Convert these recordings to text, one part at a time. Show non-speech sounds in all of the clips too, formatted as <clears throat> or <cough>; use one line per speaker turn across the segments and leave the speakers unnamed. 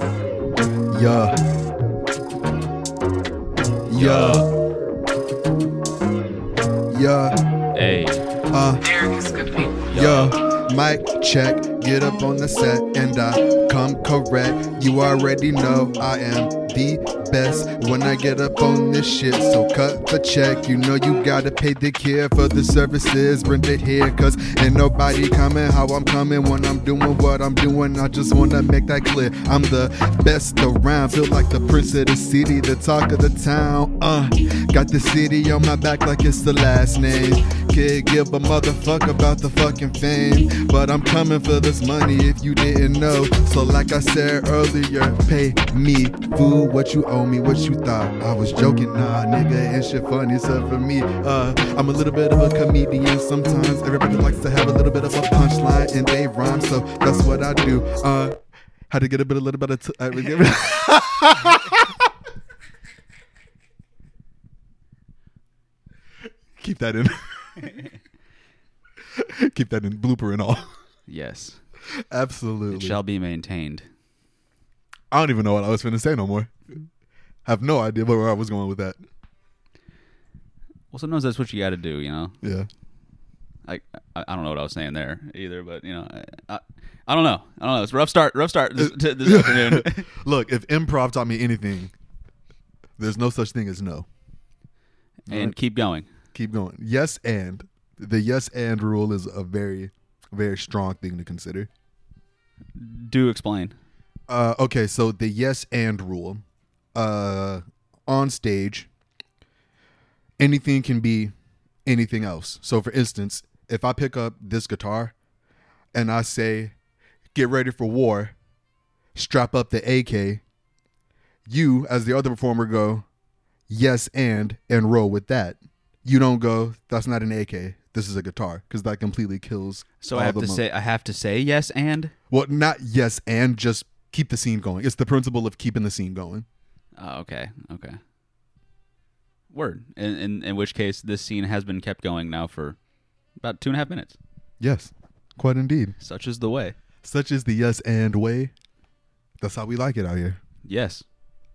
Yeah. Yeah. Yeah.
Hey,
Uh.
Derek is good people.
Yo, mic check, get up on the set, and I come correct. You already know I am the best when I get up on this shit. So cut the check. You know you gotta pay the care for the services rendered here. Cause ain't nobody coming how I'm coming when I'm doing what I'm doing. I just wanna make that clear. I'm the best around. Feel like the prince of the city, the talk of the town. Uh, got the city on my back like it's the last name. Can't give a motherfuck about the fucking fame. But I'm coming for this money if you didn't know. So, like I said earlier, pay me, fool, what you owe me, what you thought. I was joking, nah, nigga, and shit funny. So, for me, uh, I'm a little bit of a comedian sometimes. Everybody likes to have a little bit of a punchline and they rhyme. So, that's what I do. Uh, how to get a bit, a little bit of. T- uh, I would give- <laughs> Keep that in. <laughs> Keep that in blooper and all.
yes, it
Absolutely.
shall be maintained.
I don't even know what I was finna say no more. Have no idea where I was going with that.
Well, sometimes that's what you got to do, you know.
Yeah.
Like I, I don't know what I was saying there either, but you know, I, I, I don't know. I don't know. It's a rough start. Rough start this, to <laughs> this afternoon.
Look, if improv taught me anything, there's no such thing as no.
and keep going.
Keep going. Yes and. The yes and rule is a very, very strong thing to consider.
Do explain.
Uh, okay, so the yes and rule. Uh, on stage, anything can be anything else. So, for instance, if I pick up this guitar and I say, get ready for war, strap up the AK, you, as the other performer, go, yes and, and roll with that. You don't go, that's not an AK. This is a guitar because that completely kills.
So
all
I have
the
to
mo-
say, I have to say yes, and
well, not yes and just keep the scene going. It's the principle of keeping the scene going.
oh, okay, okay. Word. In, in in which case, this scene has been kept going now for about two and a half minutes.
Yes, quite indeed.
Such is the way.
Such is the yes and way. That's how we like it out here.
Yes,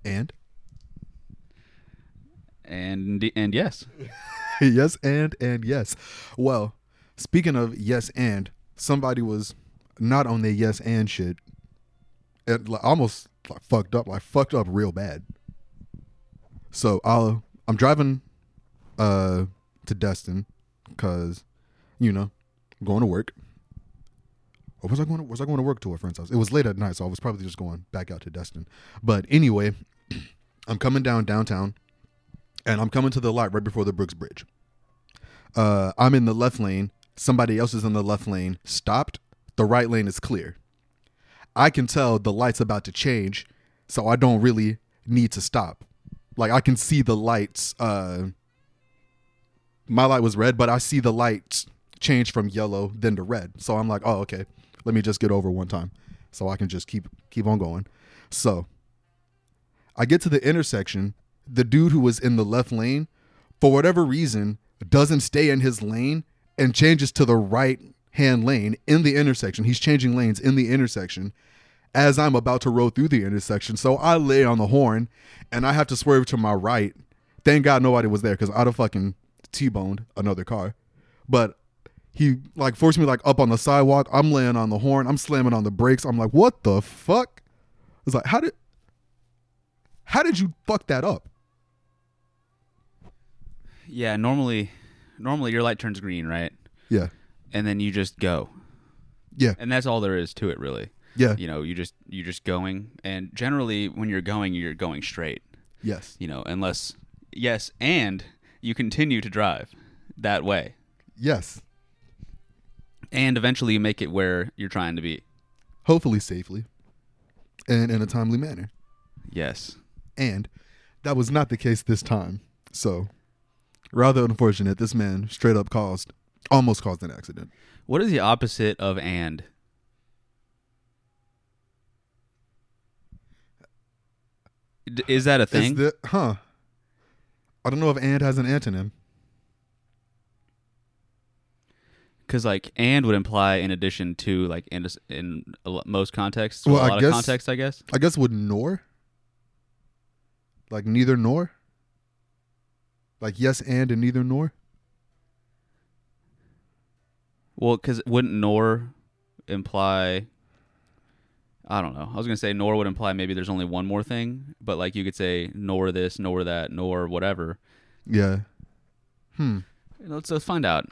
And
and and yes.
<laughs> yes and and yes. Well, speaking of yes and, somebody was not on their yes and shit. It like, almost like fucked up, like fucked up real bad. So I'll I'm driving uh to Destin because you know going to work. Or was I going? To, was I going to work to a friend's house? It was late at night, so I was probably just going back out to Destin. But anyway, <clears throat> I'm coming down downtown, and I'm coming to the light right before the Brooks Bridge. Uh, I'm in the left lane. Somebody else is in the left lane. Stopped. The right lane is clear. I can tell the light's about to change, so I don't really need to stop. Like I can see the lights. Uh, my light was red, but I see the lights change from yellow then to red. So I'm like, oh okay, let me just get over one time, so I can just keep keep on going. So I get to the intersection. The dude who was in the left lane, for whatever reason, doesn't stay in his lane and changes to the right hand lane in the intersection. He's changing lanes in the intersection as I'm about to roll through the intersection. So I lay on the horn and I have to swerve to my right. Thank God nobody was there because I'd have fucking T boned another car. But he like forced me like up on the sidewalk. I'm laying on the horn. I'm slamming on the brakes. I'm like, what the fuck? It's like, how did how did you fuck that up?
Yeah. Normally, normally your light turns green, right?
Yeah.
And then you just go.
Yeah.
And that's all there is to it, really.
Yeah.
you know you just you're just going and generally when you're going you're going straight
Yes.
you know unless yes and you continue to drive that way
Yes.
and eventually you make it where you're trying to be
Hopefully safely and in a timely manner.
yes
And that was not the case this time. So, rather unfortunate, this man straight up caused, almost caused an accident.
what is the opposite of and D- is that a
Is
thing
the, huh. I don't know if and has an antonym.
because because like and would imply in addition to like in in a lo- most contexts,
Well,
well, a
I
lot
guess-
of contexts, I guess.
I guess with nor. Like neither nor. Like yes and and neither nor.
Well, because wouldn't nor imply? I don't know. I was gonna say nor would imply maybe there's only one more thing, but like you could say nor this, nor that, nor whatever.
Yeah. Hmm.
Let's let's find out.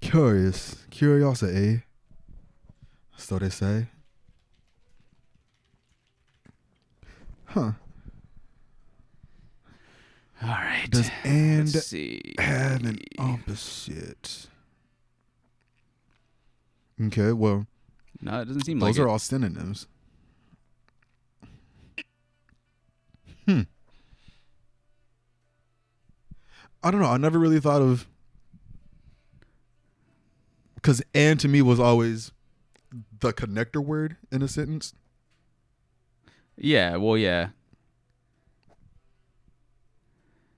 Curious. Curiosity. So they say. Huh.
All right.
Does and
Let's see.
have an opposite? Okay, well,
No, it doesn't seem
those
like
are
it.
all synonyms. Hmm. I don't know. I never really thought of because and to me was always the connector word in a sentence.
Yeah. Well, yeah.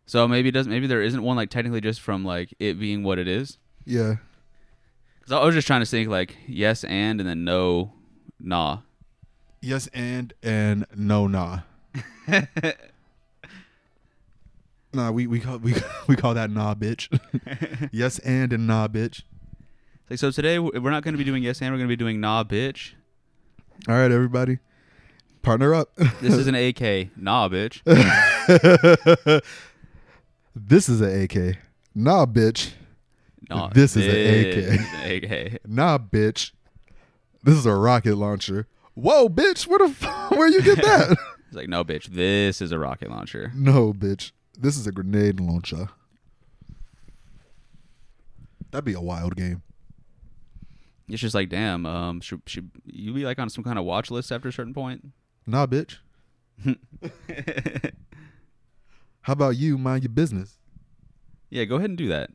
So maybe it doesn't. Maybe there isn't one like technically just from like it being what it is.
Yeah.
Because I was just trying to think like yes and and then no, nah.
Yes, and and no, nah. Nah, we we call we <laughs> we call that nah, bitch. yes, and and nah, bitch.
Like so today w- we're not going to be doing yes and we're going to be doing nah bitch.
All right, everybody, partner up. <laughs>
This is an AK nah bitch.
this is an AK. Nah, bitch.
Nah,
This is a
bitch. AK.
Nah, bitch. This is a rocket launcher. Whoa, bitch! Where the <laughs> f- where you get that?
It's like no bitch. This is a rocket launcher.
no, bitch. This is a grenade launcher. That'd be a wild game.
It's just like damn. Um, should should you be like on some kind of watch list after a certain point? <laughs>
Nah, bitch. How about you mind your business?
Yeah, go ahead and do that.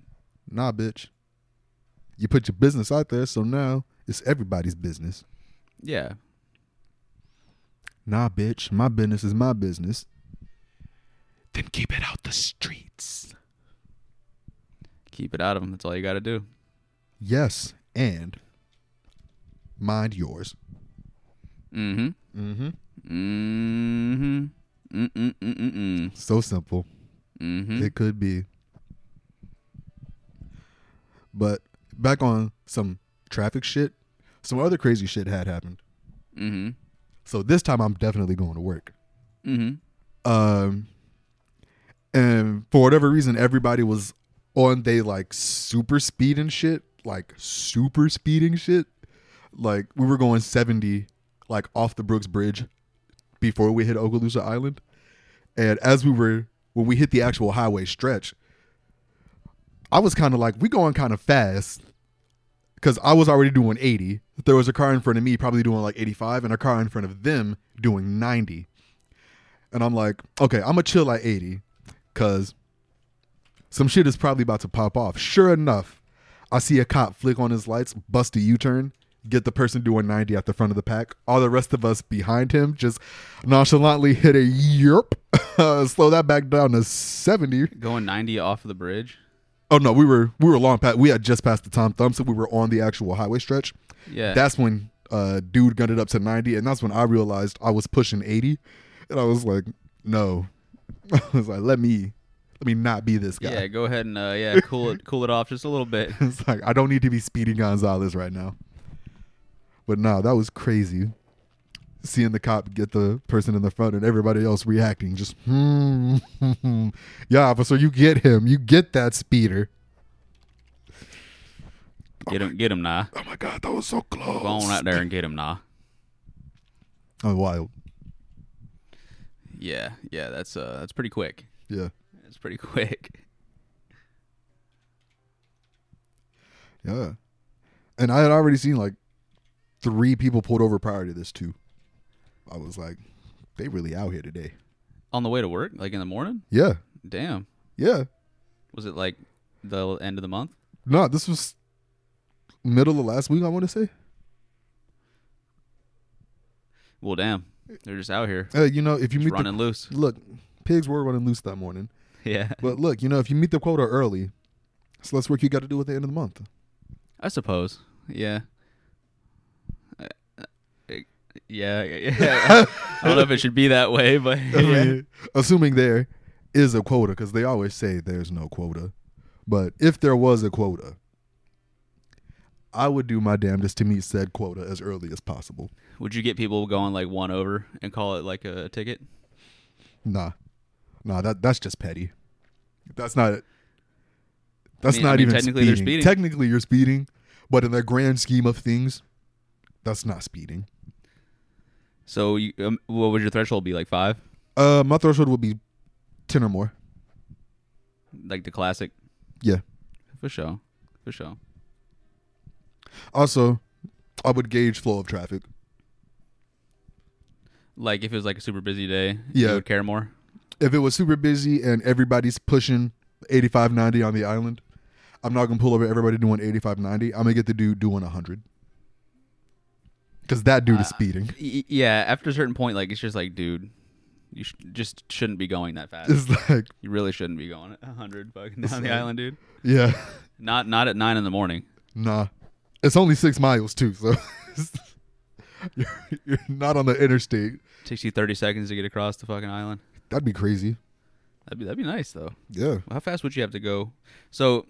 Nah, bitch. You put your business out there, so now it's everybody's business.
Yeah.
Nah, bitch. My business is my business. Then keep it out the streets.
Keep it out of them. That's all you got to do.
Yes, and mind yours.
Mm
Mm-hmm.
hmm. Mm hmm. Mm mm mm mm mm.
So simple.
Mm hmm.
It could be. But back on some traffic shit, some other crazy shit had happened.
Mm
So this time I'm definitely going to work.
hmm. Mm
um and for whatever reason everybody was on they like super speed and shit like super speeding shit like we were going 70 like off the brooks bridge before we hit okaloosa island and as we were when we hit the actual highway stretch i was kind of like we going kind of fast because i was already doing 80 there was a car in front of me probably doing like 85 and a car in front of them doing 90 and I'm like, okay, I'm gonna chill at 80 because some shit is probably about to pop off. Sure enough, I see a cop flick on his lights, bust a U turn, get the person doing 90 at the front of the pack. All the rest of us behind him just nonchalantly hit a yerp, <laughs> slow that back down to 70.
hmm. Going 90 off of the bridge.
Oh no, we were we were long past we had just passed the Tom Thumb, so we were on the actual highway stretch.
Yeah.
That's when uh dude gunned it up to 90 and that's when I realized I was pushing 80 and I was like, "No." <laughs> I was like, "Let me let me not be this guy."
yeah. Go ahead and uh, yeah, cool it cool it off just a little bit.
<laughs> It's like I don't need to be Speedy Gonzalez right now. But no, that was crazy. Seeing the cop get the person in the front and everybody else reacting, just hmm, <laughs> yeah, officer, you get him, you get that speeder.
Get him, get him, nah.
Oh my god, that was so close.
Go on out there and get him, nah.
Oh wild,
Yeah, yeah, that's uh, that's pretty quick.
yeah.
That's pretty <laughs> quick.
Yeah. And I had already seen like three people pulled over prior to this too. I was like, they really out here today.
On the way to work, like in the morning.
Yeah.
Damn,
Yeah.
was it like the end of the month?
No, this was middle of last week, I want to say.
Well, damn, they're just out here
Uh, you know, if you
just
meet the
running
<laughs>
loose. <laughs>
look, pigs were running loose that morning.
Yeah,
But look, you know, if you meet the quota early, it's less work you got to do at the end of the month.
I suppose. Yeah. I- I- Yeah, yeah. <laughs> I don't know if it should be that
<laughs>
way, but
I
yeah.
mean, assuming there is a quota, because they always say there's no quota. But if there was a quota, I would do my damnedest to meet said quota as early as possible.
<laughs> would you get people going like one over and call it like a ticket?
Nah, nah, that that's just petty. That's not. That's
mean- I
not
mean,
even
technically they're speeding.
Technically, you're speeding, but in the grand scheme of things, that's not speeding.
So, you, um, what would your threshold be? Like five,
Uh, my threshold would be ten or more.
like the classic?
Yeah.
for sure, for sure.
Also, I would gauge flow of traffic.
Like if it was like a super busy day,
Yeah.
you would care more.
if it was super busy and everybody's pushing 85 90 on the island i'm not gonna pull over everybody doing 85 90 i'm gonna get the dude doing 100 because that dude is speeding <laughs>
Y- yeah, after a certain point, like it's just like, dude, you sh- just shouldn't be going that fast.
it's like
you really shouldn't be going a hundred fucking down the
like-
island, dude.
yeah
Not not at nine in the morning.
nah it's only six miles too so <laughs> you're, you're not on the interstate
Takes you thirty seconds to get across the fucking island.
that'd be crazy
That'd be that'd be nice though.
yeah
How fast would you have to go? So,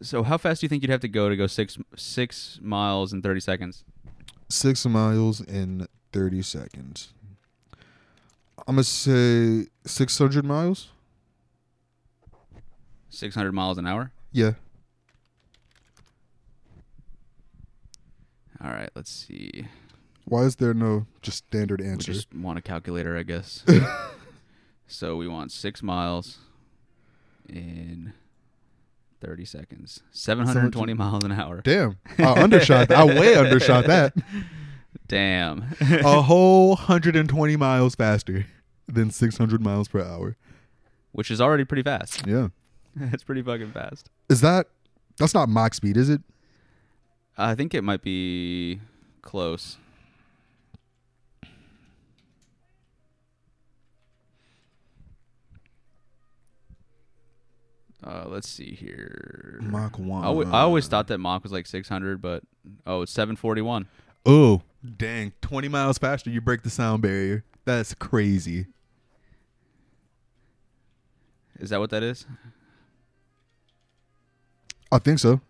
so how fast do you think you'd have to go to go six six miles in thirty seconds?
six miles in 30 seconds i'm gonna say 600 miles
Six hundred miles an hour.
yeah
All right, let's see.
why is there no just standard
We
answer
just want a calculator, I <laughs> guess. so we want six miles in thirty seconds. Seven hundred twenty miles an hour.
Damn, I undershot. that. I way undershot that.
<laughs> Damn.
<laughs> A whole 120 miles faster than 600 miles per hour.
Which is already pretty fast. <laughs>
Yeah,
That's pretty fucking fast.
is that? That's not Mach speed, is it?
I think it might be close. Uh, let's see here.
Mach
I,
one.
alwa- I always thought that Mach was like 600, but oh, it's 741.
Oh, dang! 20 miles faster. You break the sound barrier. That's crazy.
Is that what that is?
I think so.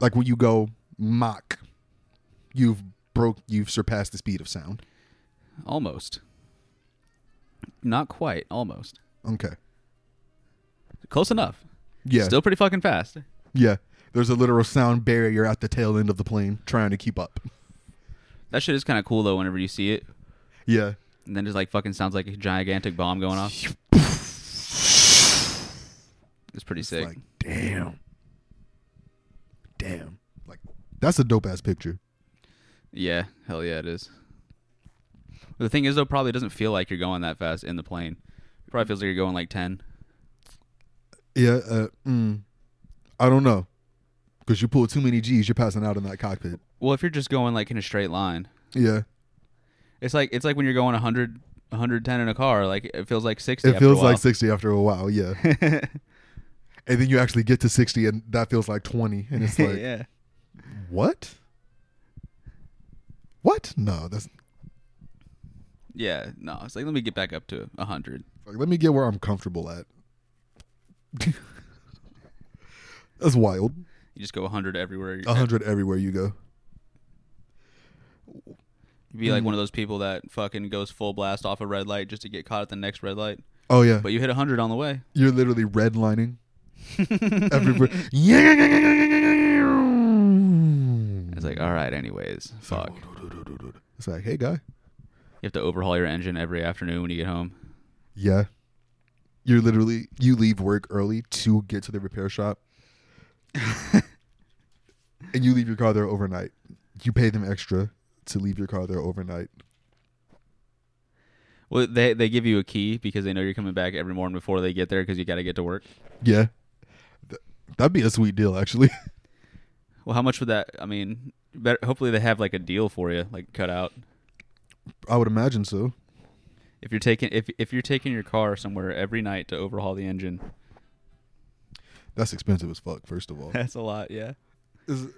Like when you go Mach, you've broke. You've surpassed the speed of sound.
Almost. Not quite. Almost.
Okay.
Close enough.
Yeah.
Still pretty fucking fast.
yeah. There's a literal sound barrier at the tail end of the plane trying to keep up.
That shit is kind of cool though. Whenever you see it,
Yeah.
and then just like fucking sounds like a gigantic bomb going off. It's pretty sick.
Like, damn. Damn. Like, that's a dope ass picture.
yeah, hell yeah, it is. The thing is though, probably doesn't feel like you're going that fast in the plane. Probably feels like you're going like ten.
Yeah. Uh, mm, I don't know. Because you pull too many G's, you're passing out in that cockpit.
Well, if you're just going like in a straight line,
Yeah.
it's like it's like when you're going 100, 110 in a car. Like it feels like sixty.
It
after a
feels
while.
like 60 after a while.
<laughs>
Yeah. and then you actually get to 60 and that feels like 20. And
<laughs>
it's like,
yeah.
what? What? No, that's
Yeah, no. It's like let me get back up to hundred.
like, let me get where I'm comfortable at. <laughs> that's wild.
You just go hundred everywhere. You're-
100 everywhere you go.
You'd be like
Mm-hmm.
one of those people that fucking goes full blast off a red light just to get caught at the next red light.
Oh, yeah.
But you hit 100 on the way.
You're literally redlining. Everybody. it's
It's like, all right, anyways,
Mm-hmm.
fuck.
It's like, hey, guy.
You have to overhaul your engine every afternoon when you get home.
Yeah. You're literally, you leave work early to get to the repair shop. and you leave your car there overnight. You pay them extra to leave your car there overnight.
Well, they they give you a key because they know you're coming back every morning before they get there because you got to get to work.
Yeah. Th- that'd be a sweet deal, actually. <laughs>
Well, how much would that? I mean, better, hopefully they have like a deal for you, like cut out.
I would imagine so.
If you're taking if if you're taking your car somewhere every night to overhaul the engine,
That's expensive as fuck, first of all.
<laughs> <laughs> that's a lot. Yeah,
Is,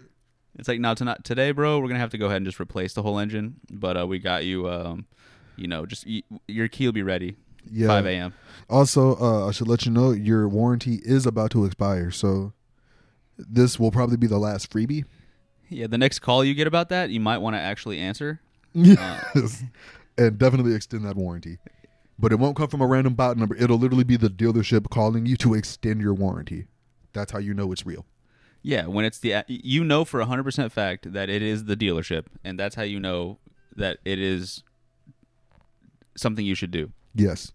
It's like now tonight today, bro. We're gonna have to go ahead and just replace the whole engine, but uh, we got you. Um, you know, just y- your key will be ready.
yeah.
5 a.m.
Also, uh, I should let you know your warranty is about to expire, so this will probably be the last freebie.
Yeah, the next call you get about that, you might want to actually answer.
Yes, <laughs> and definitely extend that warranty. But it won't come from a random bot number. It'll literally be the dealership calling you to extend your warranty. That's how you know it's real.
Yeah, when it's the you know for hundred percent fact that it is the dealership, and that's how you know that it is something you should do. <laughs>
Yes.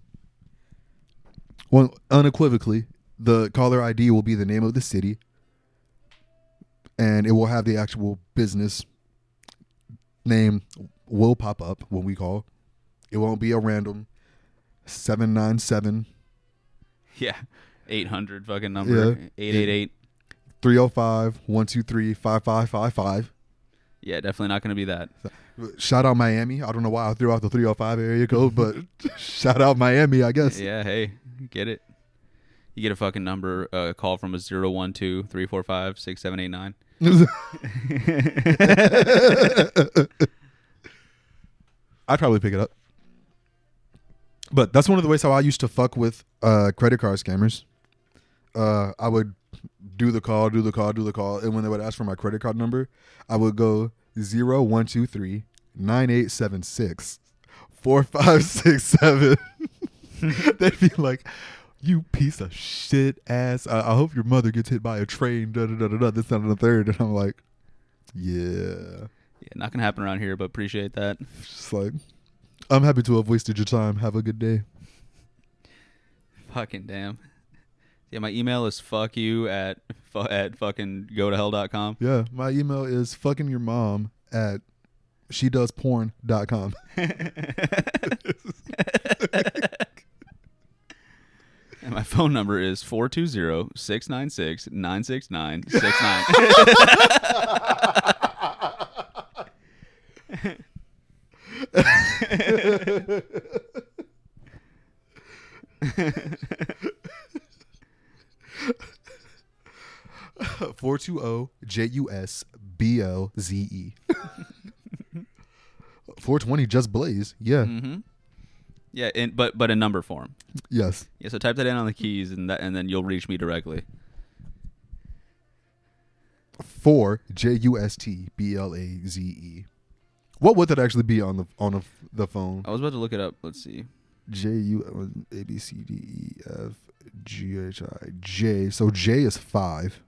Well, unequivocally, the caller ID will be the name of the city, and it will have the actual business name will pop up when we call. It won't be a random seven nine seven
Yeah, eight hundred fucking number,
Yeah.
eight eight eight.
305 123 5555.
Yeah, definitely not gonna be that.
Shout out Miami. I don't know why I threw out the 305 area code, but <laughs> shout out Miami, I guess.
Yeah, hey, get it. You get a fucking number, uh, a call from a zero one two three four five six seven eight nine.
<laughs> I'd probably pick it up. But that's one of the ways how I used to fuck with uh, credit card scammers. Uh, I would do the call, do the call, do the call, and when they would ask for my credit card number, I would go zero one two three nine eight seven six four five six seven. <laughs> They'd be like, "You piece of shit ass! I, I hope your mother gets hit by a train." Da da da da da. This that, and the third, and I'm like, "Yeah."
Yeah, not gonna happen around here, but appreciate that.
Just like, I'm happy to have wasted your time. Have a good day.
Fucking damn. Yeah, my email is fuck you at fu- at fucking go to hell.com.
Yeah, my email is fucking your mom at she does porn.com.
<laughs> And my phone number is 420-696-96969.
<laughs> Four two O J U S B L Z E. <laughs> Four twenty just blaze. Yeah.
hmm Yeah, in, but but in number form.
Yes.
Yeah, so type that in on the keys and that and then you'll reach me directly.
Four J U S T B L A Z E. What would that actually be on the on a, the phone?
I was about to look it up. Let's see.
J U A B C D E F G H I J. So J is five.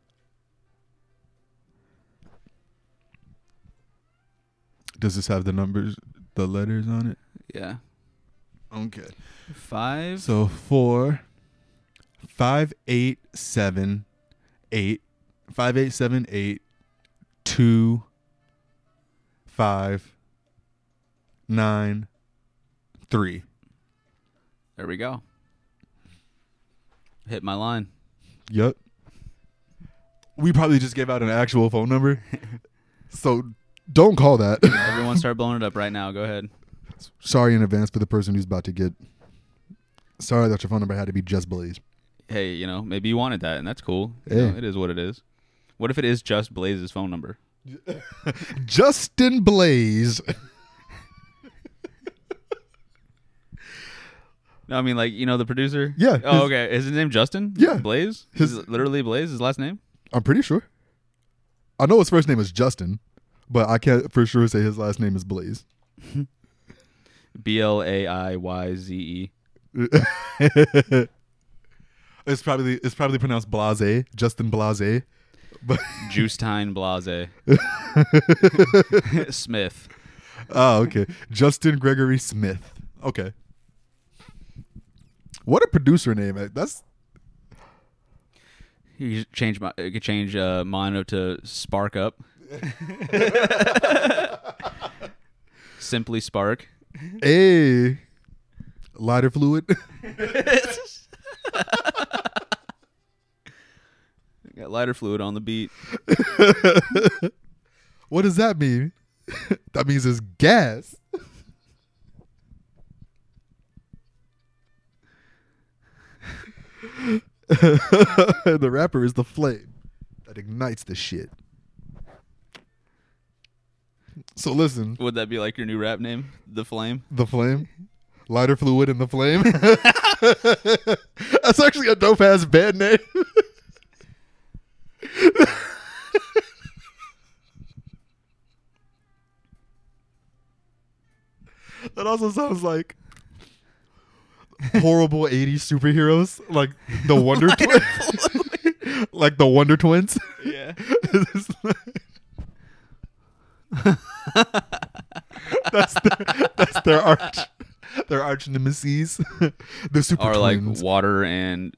Does this have the numbers, the letters on it?
Yeah.
Okay.
5
So four, five, eight, seven, eight, five, eight, seven, eight, two, five, nine, three.
There we go. Hit my line.
Yep. We probably just gave out an actual phone number. <laughs> so don't call that. <laughs>
Everyone start blowing it up right now. Go ahead.
Sorry in advance for the person who's about to get. Sorry that your phone number had to be just Blaze.
Hey, you know, maybe you wanted that and that's cool. You
Yeah.
know, it is what it is. What if it is just Blaze's phone number?
Justin Blaze.
No, I mean like, you know, the producer?
Yeah, his-
Oh, okay. Is his name Justin?
Yeah.
Blaze?
His-
His literally Blaze, his last name?
I'm pretty sure. I know his first name is Justin, but I can't for sure say his last name is Blaze. <laughs>
B L A I Y Z E.
it's probably it's probably pronounced Blase, Justin Blase. But
Justine
<laughs>
Blase. <laughs> Smith.
Oh, okay. Justin Gregory Smith. Okay. What a producer name. eh? That's
You could change my you could change uh, mono to spark up. Simply spark.
a lighter fluid. <laughs>
Got lighter fluid on the beat.
what does that mean? <laughs> that means it's gas. <laughs> the rapper is the flame that ignites the shit. So listen,
Would that be like your new rap name, The Flame?
the flame, lighter fluid in the flame. <laughs> That's actually a dope ass band name. <laughs> that also sounds like horrible 80s superheroes, like the Wonder Twins, <laughs> like the Wonder Twins.
Yeah.
<laughs> that's their, that's their arch their arch nemesis the super
Or like
twins
water and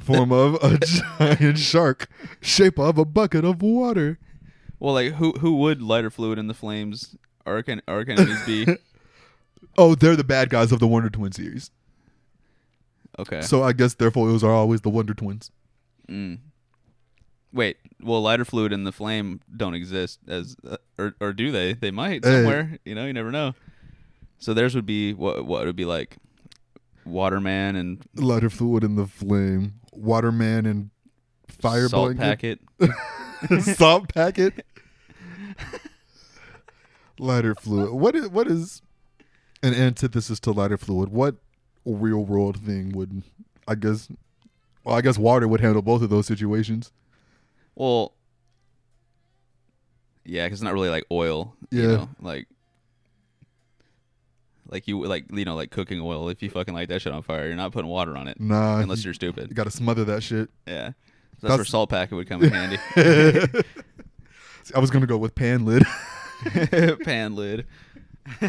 form of
<laughs>
a giant shark shape of a bucket of water
well, like who who would lighter fluid in the flames? Or can or can enemies
<laughs>
be?
oh they're the bad guys of the wonder twin series
Okay.
so i guess their foils are always the wonder twins
Mm. Wait, well, lighter fluid and the flame don't exist as, uh, or or do they? They might
Uh,
somewhere. you know, you never know. So theirs would be what what would be like, Waterman and
lighter fluid in the flame waterman and fire
salt
blanket
packet.
<laughs> salt packet lighter fluid what is what is an antithesis to lighter fluid what real world thing would i guess well i guess water would handle both of those situations
Well, yeah, 'cause it's not really like oil. You
Yeah.
know? Like, like you like you know like cooking oil. If you fucking light that shit on fire, you're not putting water on it
nah
unless
you
you're stupid.
gotta smother that shit <laughs>
Yeah, that's, where
That's-
salt packet would come in
<laughs>
handy.
i was gonna go with pan lid <laughs>
pan lid. <laughs>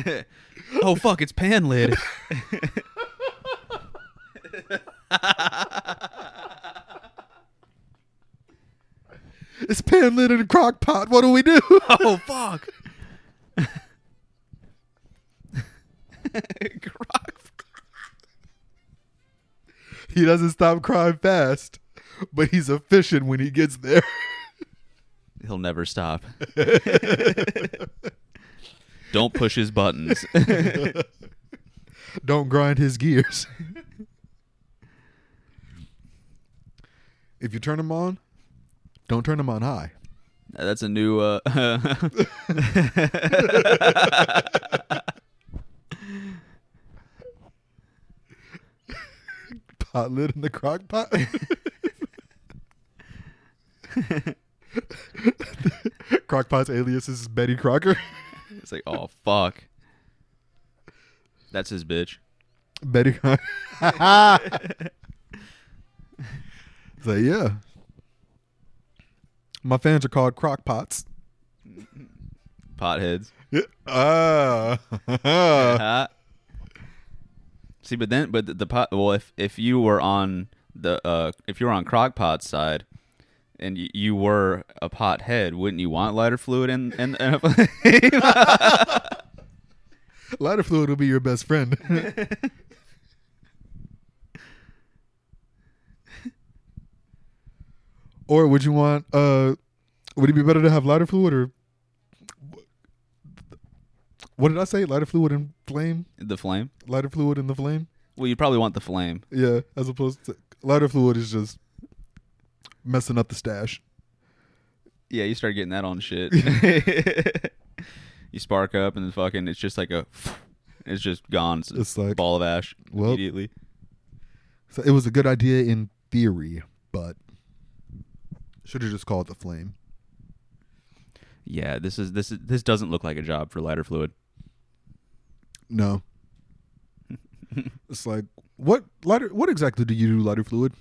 oh fuck, it's
<laughs>
pan lid.
it's pan lid in a crock pot what do we do <laughs>
Oh fuck. <laughs> Crock.
he doesn't stop crying fast but he's efficient when he gets there <laughs>
He'll never stop. Don't push his
<laughs>
buttons.
don't grind his gears. if you turn them on, don't turn them on high.
That's a new. Uh, <laughs>
Pot lid in the crock pot. <laughs> crock pot's alias is Betty Crocker. <laughs>
it's like, oh fuck. That's his bitch.
Betty Crocker. it's <laughs> like, yeah. My fans are called crock pots.
Potheads.
Ah.
Huh? See, but then, but the, the pot. Well, if if you were on the uh, if you were on Crock-Pot's side, and y- you were a pot head, wouldn't you want lighter fluid and and, and
Lighter fluid will be your best friend. or would you want uh would it be better to have lighter fluid or what did I say? Lighter fluid and flame?
<laughs> the flame?
Lighter fluid and the flame?
Well, you probably want the flame.
Yeah, as opposed to lighter fluid is just messing up the stash.
Yeah, you start getting that
<laughs>
on shit. you spark up and then fucking, it's just like a, it's just gone. It's,
It's
a
like
ball of ash
well.
immediately.
so it was a good idea in theory, but should have just called it the flame.
Yeah, this is this is this doesn't look like a job for lighter fluid.
No. it's like what lighter what exactly do you do lighter fluid?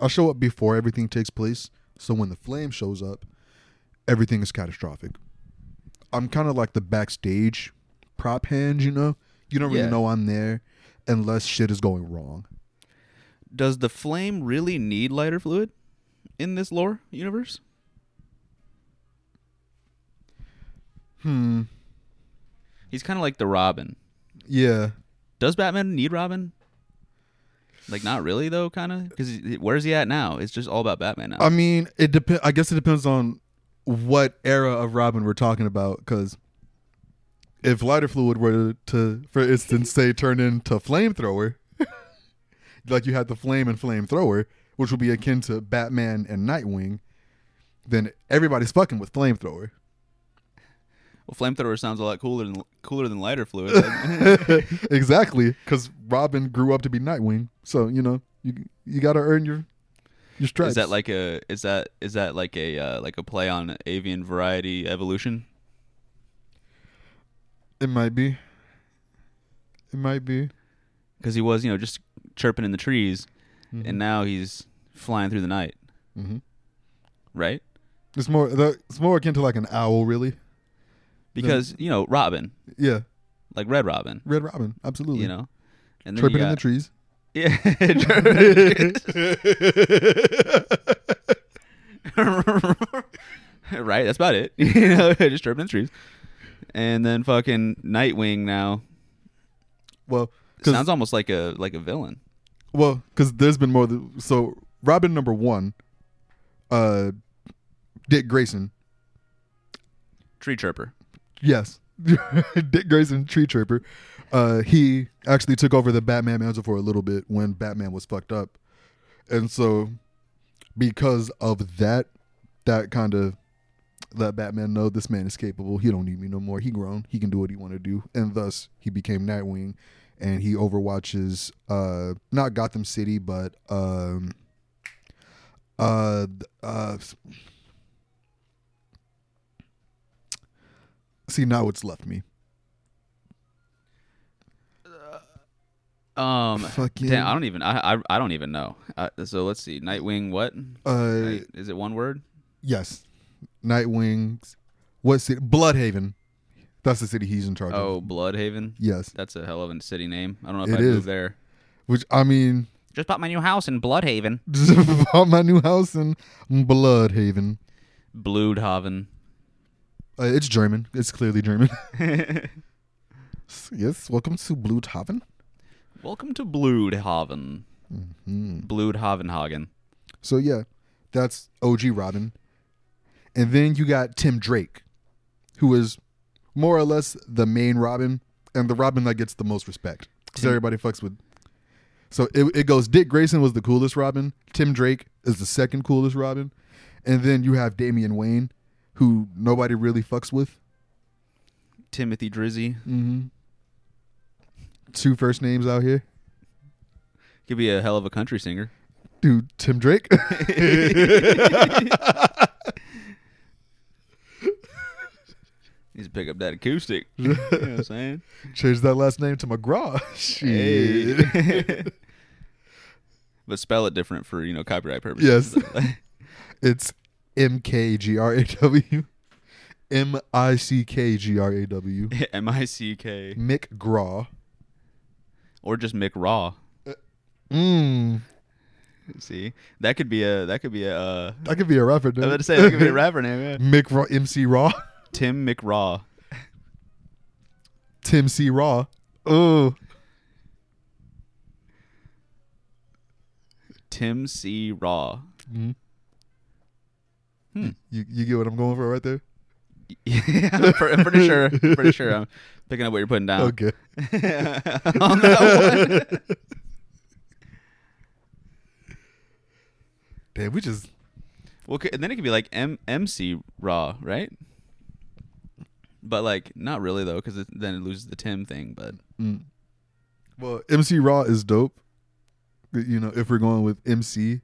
I'll show up before everything takes place, so when the flame shows up, everything is catastrophic. I'm kind of like the backstage prop hand, you know? You don't really
Yeah.
know I'm there unless shit is going wrong.
Does the flame really need lighter fluid in this lore universe?
Hmm.
He's kind of like the Robin.
Yeah.
Does Batman need Robin? Like, not really though, kind of. Because where's he at now? It's just all about Batman now.
I mean, it depend. I guess it depends on what era of Robin we're talking about. Because if lighter fluid were to, for instance, say turn into flamethrower, <laughs> like you had the flame and flamethrower, which would be akin to Batman and Nightwing, then everybody's fucking with flamethrower.
Well, flamethrower sounds a lot cooler than cooler than lighter fluid.
<laughs>
<laughs> doesn't it?
<laughs> exactly, because Robin grew up to be Nightwing. So you know, you you gotta earn your your stripes.
is that like a is that is that like a uh, like a play on avian variety evolution?
it might be? It might be.
Because he was you know just chirping in the trees, and now he's flying through the night,
Mhm.
right?
It's more. the- It's more akin to like an owl, really.
Because you know Robin,
Yeah,
like Red Robin,
Red Robin, absolutely.
you know, and then
Tripping
you
in the
got-
trees.
Yeah. <laughs> right, that's about it. you know, <laughs> just tripping in the trees, and then fucking Nightwing now
Well, because
sounds almost like a like a villain.
Well, because there's been more. Than, so Robin number one, uh, Dick Grayson.
Tree chirper.
Yes, <laughs> Dick Grayson, Tree Trooper. Uh, he actually took over the Batman mantle for a little bit when Batman was fucked up, and so because of that, that kind of let Batman know this man is capable. He don't need me no more. He grown. He can do what he want to do, and thus he became Nightwing, and he overwatches uh not Gotham City, but um uh uh. See now it's left me.
Um,
Fucking
damn, I don't even. I I, I don't even know. Uh, so let's see. Nightwing. What?
uh,
Night- is it one word?
Yes. Nightwings. What city? Bloodhaven. That's the city he's in charge of.
Oh, Bloodhaven.
Yes.
That's a hell of a city name. I don't know if
It
I'd move
is.
there.
Which, I mean, <laughs>
Just bought my new house in Bloodhaven.
bought my new house in Bloodhaven. <laughs>
Bloodhaven.
Uh, it's German. It's clearly German. <laughs> yes. Welcome to Bloodhaven.
Welcome to Bloodhaven.
Hmm.
Bloodhavenhagen.
So, yeah, that's OG Robin. And then you got Tim Drake, who is more or less the main Robin and the Robin that gets the most respect because
Tim-
everybody fucks with. So it, it goes Dick Grayson was the coolest Robin, Tim Drake is the second coolest Robin, and then you have Damian Wayne, who nobody really fucks with.
Timothy Drizzy.
Mm-hmm. Two first names out here.
Could be a hell of a country singer.
Dude, Tim Drake. <laughs>
He's pick up that
<laughs>
acoustic. you know what I'm saying?
Change that last name to McGraw. <laughs> Shit.
Hey. <laughs> but spell it different for, you know, copyright purposes. <laughs>
Yes. It's M K G R A W. M I C K G R A W.
<laughs> M I C K.
Mick Graw.
Or just Mick Raw.
Mm.
See? That could be a that could be a uh,
That could be a rapper, dude.
I was about to say that could be a rapper name, yeah.
Mick Raw, MC Raw. <laughs>
Tim McRaw.
Tim C Raw. Oh.
Tim C. Raw. <laughs>
You, you get what I'm going for right there?
Yeah, I'm, pre- I'm pretty sure. Pretty sure I'm picking up what you're putting down.
Okay.
<laughs> On that one.
Damn, we just.
Well, c- and then it could be like M- MC Raw, right? But like, not really though, because then it loses the Tim thing. But
Mm. Well, MC Raw is dope. You know, if we're going with MC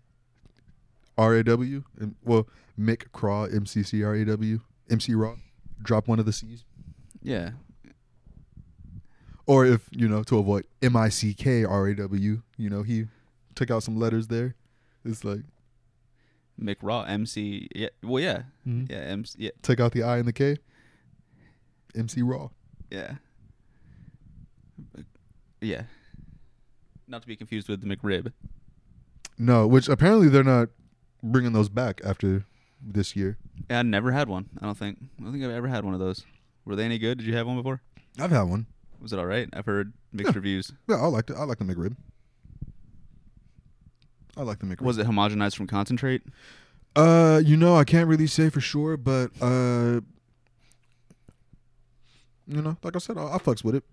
R A W, and- well, Mick Craw, M C C R A W, MC Raw, drop one of the C's.
yeah,
Or if, you know, to avoid M I C K R A W, you know, he took out some letters there. It's like,
Mick Raw, MC. Yeah, well, yeah,
Mhm.
yeah, MC. Yeah,
take out the I and the K, MC Raw.
yeah, But- yeah. Not to be confused with the McRib.
No, which apparently they're not bringing those back after this year.
Yeah, I never had one. I don't think. I don't think I've ever had one of those. Were they any good? Did you have one before?
I've had one.
Was it all right? I've heard mixed <laughs>
Yeah.
reviews.
Yeah, I liked it. I like the McRib. I like the McRib.
Was it homogenized from concentrate?
Uh, you know, I can't really say for sure, but uh, you know, like I said, I, I fucks with it.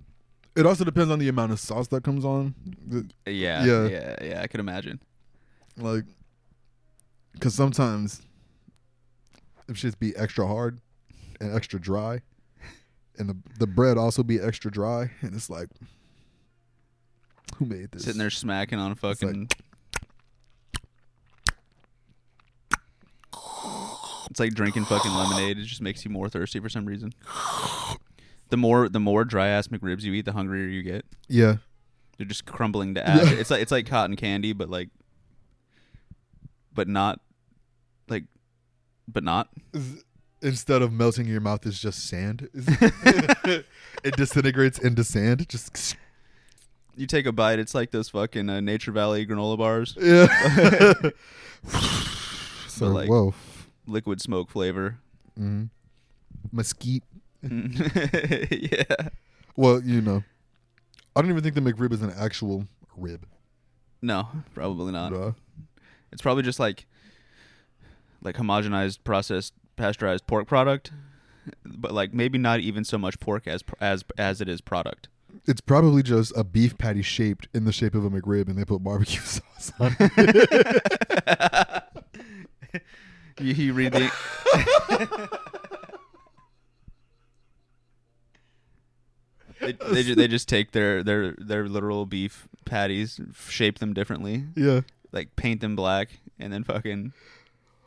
It also depends on the amount of sauce that comes on, The-
Uh, Yeah,
Yeah.
yeah, yeah, I could imagine.
like, because sometimes if shits be extra hard and extra dry, and the the bread also be extra dry, and it's like, who made this?
Sitting there smacking on
like-
fucking. It's like, drinking fucking lemonade. It just makes you more thirsty for some reason. The more the more dry ass McRibs you eat, the hungrier you get.
yeah,
They're just crumbling to ash. It's like it's like cotton candy, but like, but not, like, but not.
instead of melting in your mouth, it's just sand. <laughs> it
<laughs>
disintegrates into sand. Just <laughs>
You take a bite, it's like those fucking uh, Nature Valley granola bars,
<laughs> yeah. so
But, like-
whoa,
liquid smoke flavor. <laughs>
Mhm. mesquite.
yeah.
Well, you know, I don't even think the McRib is an actual rib.
No, probably not.
bruh.
It's probably just like like homogenized processed pasteurized pork product, but like maybe not even so much pork as as as it is product.
It's probably just a beef patty shaped in the shape of a McRib, and they put barbecue <laughs> sauce on it.
You, you read the they, they, ju- they just take their their their literal beef patties, shape them differently,
yeah.
like paint them black, and then fucking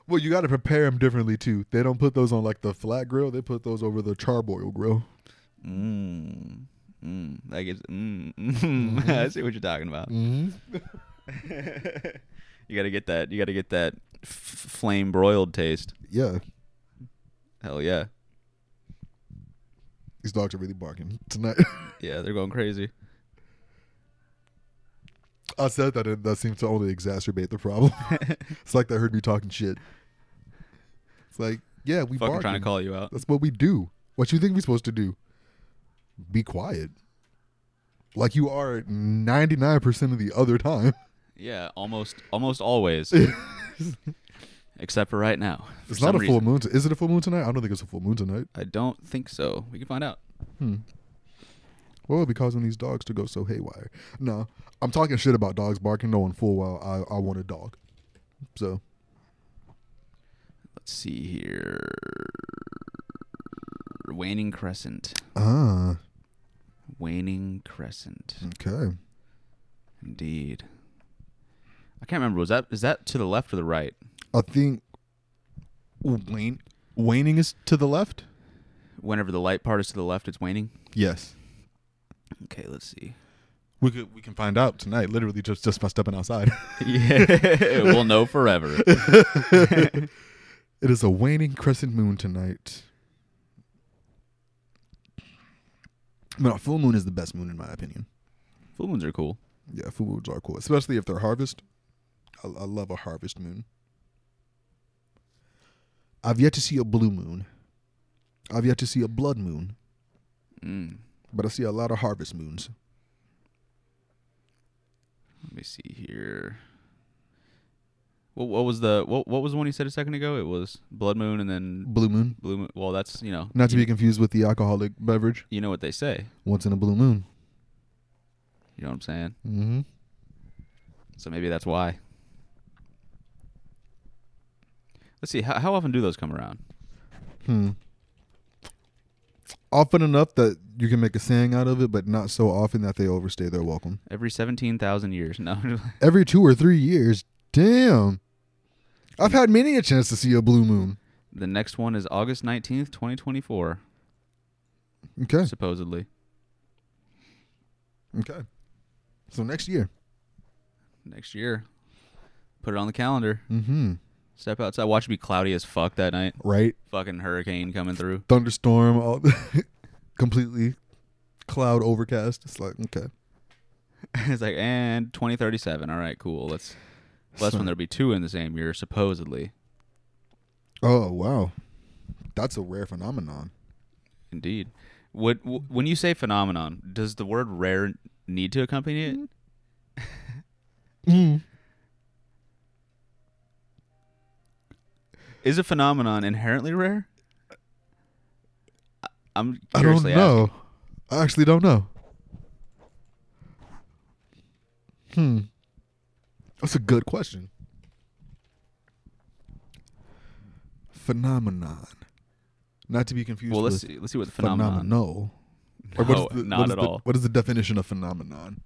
Well, you got to prepare them differently too. They don't put those on like the flat grill; they put those over the charbroil grill.
mmm. Mm, like it's mm, mm. <laughs> I see what you're talking about.
Mm-hmm.
You gotta get that. You gotta get that f- flame broiled taste.
Yeah,
Hell yeah,
these dogs are really barking tonight. <laughs>
yeah. They're going crazy.
I said that, and that seems to only exacerbate the problem. it's like they heard me talking shit. It's like, yeah, we
Fucking
barking.
trying to call you out.
That's what we do. What you think we're supposed to do? Be quiet. Like you are ninety nine percent of the other <laughs> time.
Yeah, almost,
<laughs>
almost always. Except for right now. For
It's not a
some
full
reason.
moon. t- Is it a full moon tonight? I don't think it's a full moon tonight.
I don't think so. We can find out.
What would be causing these dogs to go so haywire? No, I'm talking shit about dogs barking, knowing full well I, I want a dog. So
Let's see here. Waning Crescent.
ah
Waning Crescent.
okay.
Indeed. I can't remember. Was that is that to the left or the right?
I think wane waning is to the left.
Whenever the light part is to the left, it's waning.
Yes,
Okay, let's
<laughs>
see. <laughs>
we could we can find out tonight. Literally just just by stepping outside. <laughs>
yeah, we'll know forever.
It is a waning crescent moon tonight. No, full moon is the best moon in my opinion.
Full moons are cool.
Yeah, full moons are cool, especially if they're harvest. I, I love a harvest moon. I've yet to see a blue moon. I've yet to see a blood moon,
Mm.
but I see a lot of harvest moons.
Let me see here. What what was the what what was the one you said a second ago? It was blood moon and then
Blue moon,
blue moon. Well, that's you know
not to be confused with the alcoholic beverage.
you know what they say.
Once in a blue moon.
You know what I'm saying?
Mm-hmm.
So maybe that's why. Let's see. How, how often do those come around?
Hmm. Often enough that you can make a saying out of it, but not so often that they overstay their welcome.
Every seventeen thousand years. <laughs> No.
Every two or three years, damn. I've had many a chance to see a blue moon.
the next one is August nineteenth, twenty twenty four,
Okay.
supposedly.
Okay. So next year.
Next year. Put it on the calendar.
Mm-hmm.
Step outside. Watch it be cloudy as fuck that night.
Right?
Fucking hurricane coming through.
Thunderstorm, all <laughs> completely cloud overcast. It's like, okay.
<laughs> it's like and 2037. All right, cool. Let's. Well, that's when there'll be two in the same year, supposedly.
Oh wow. That's a rare phenomenon.
Indeed. What w- when you say phenomenon, does the word rare need to accompany it? Is a phenomenon inherently rare? I- I'm
I don't
curiously
know. I actually don't know. Hmm. That's a good question. Phenomenon. Not to be confused
Well, let's
with
see, let's see what the phenomenon.
phenomenal.
No,
Or what is the-
not
what is
at
the-
all.
What is the definition of phenomenon?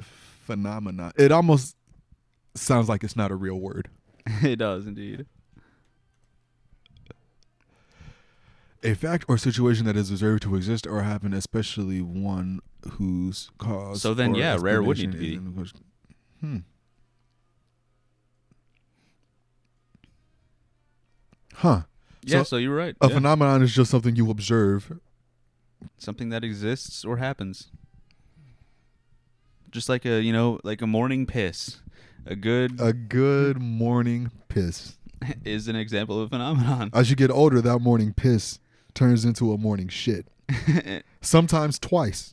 Phenomenon. It almost sounds like it's not a real word.
<laughs> it does indeed.
A fact or situation that is observed to exist or happen, especially one whose cause.
So then,
or
yeah, rare would
explanation
need to
is
be.
in the question. Hmm. Huh.
Yeah, so,
So-
you're right.
A
Yeah.
phenomenon is just something you observe.
Something that exists or happens. Just like a you know like a morning piss, a good
A good morning piss.
<laughs> is an example of a phenomenon.
As you get older, that morning piss turns into a morning
<laughs>
shit. Sometimes twice.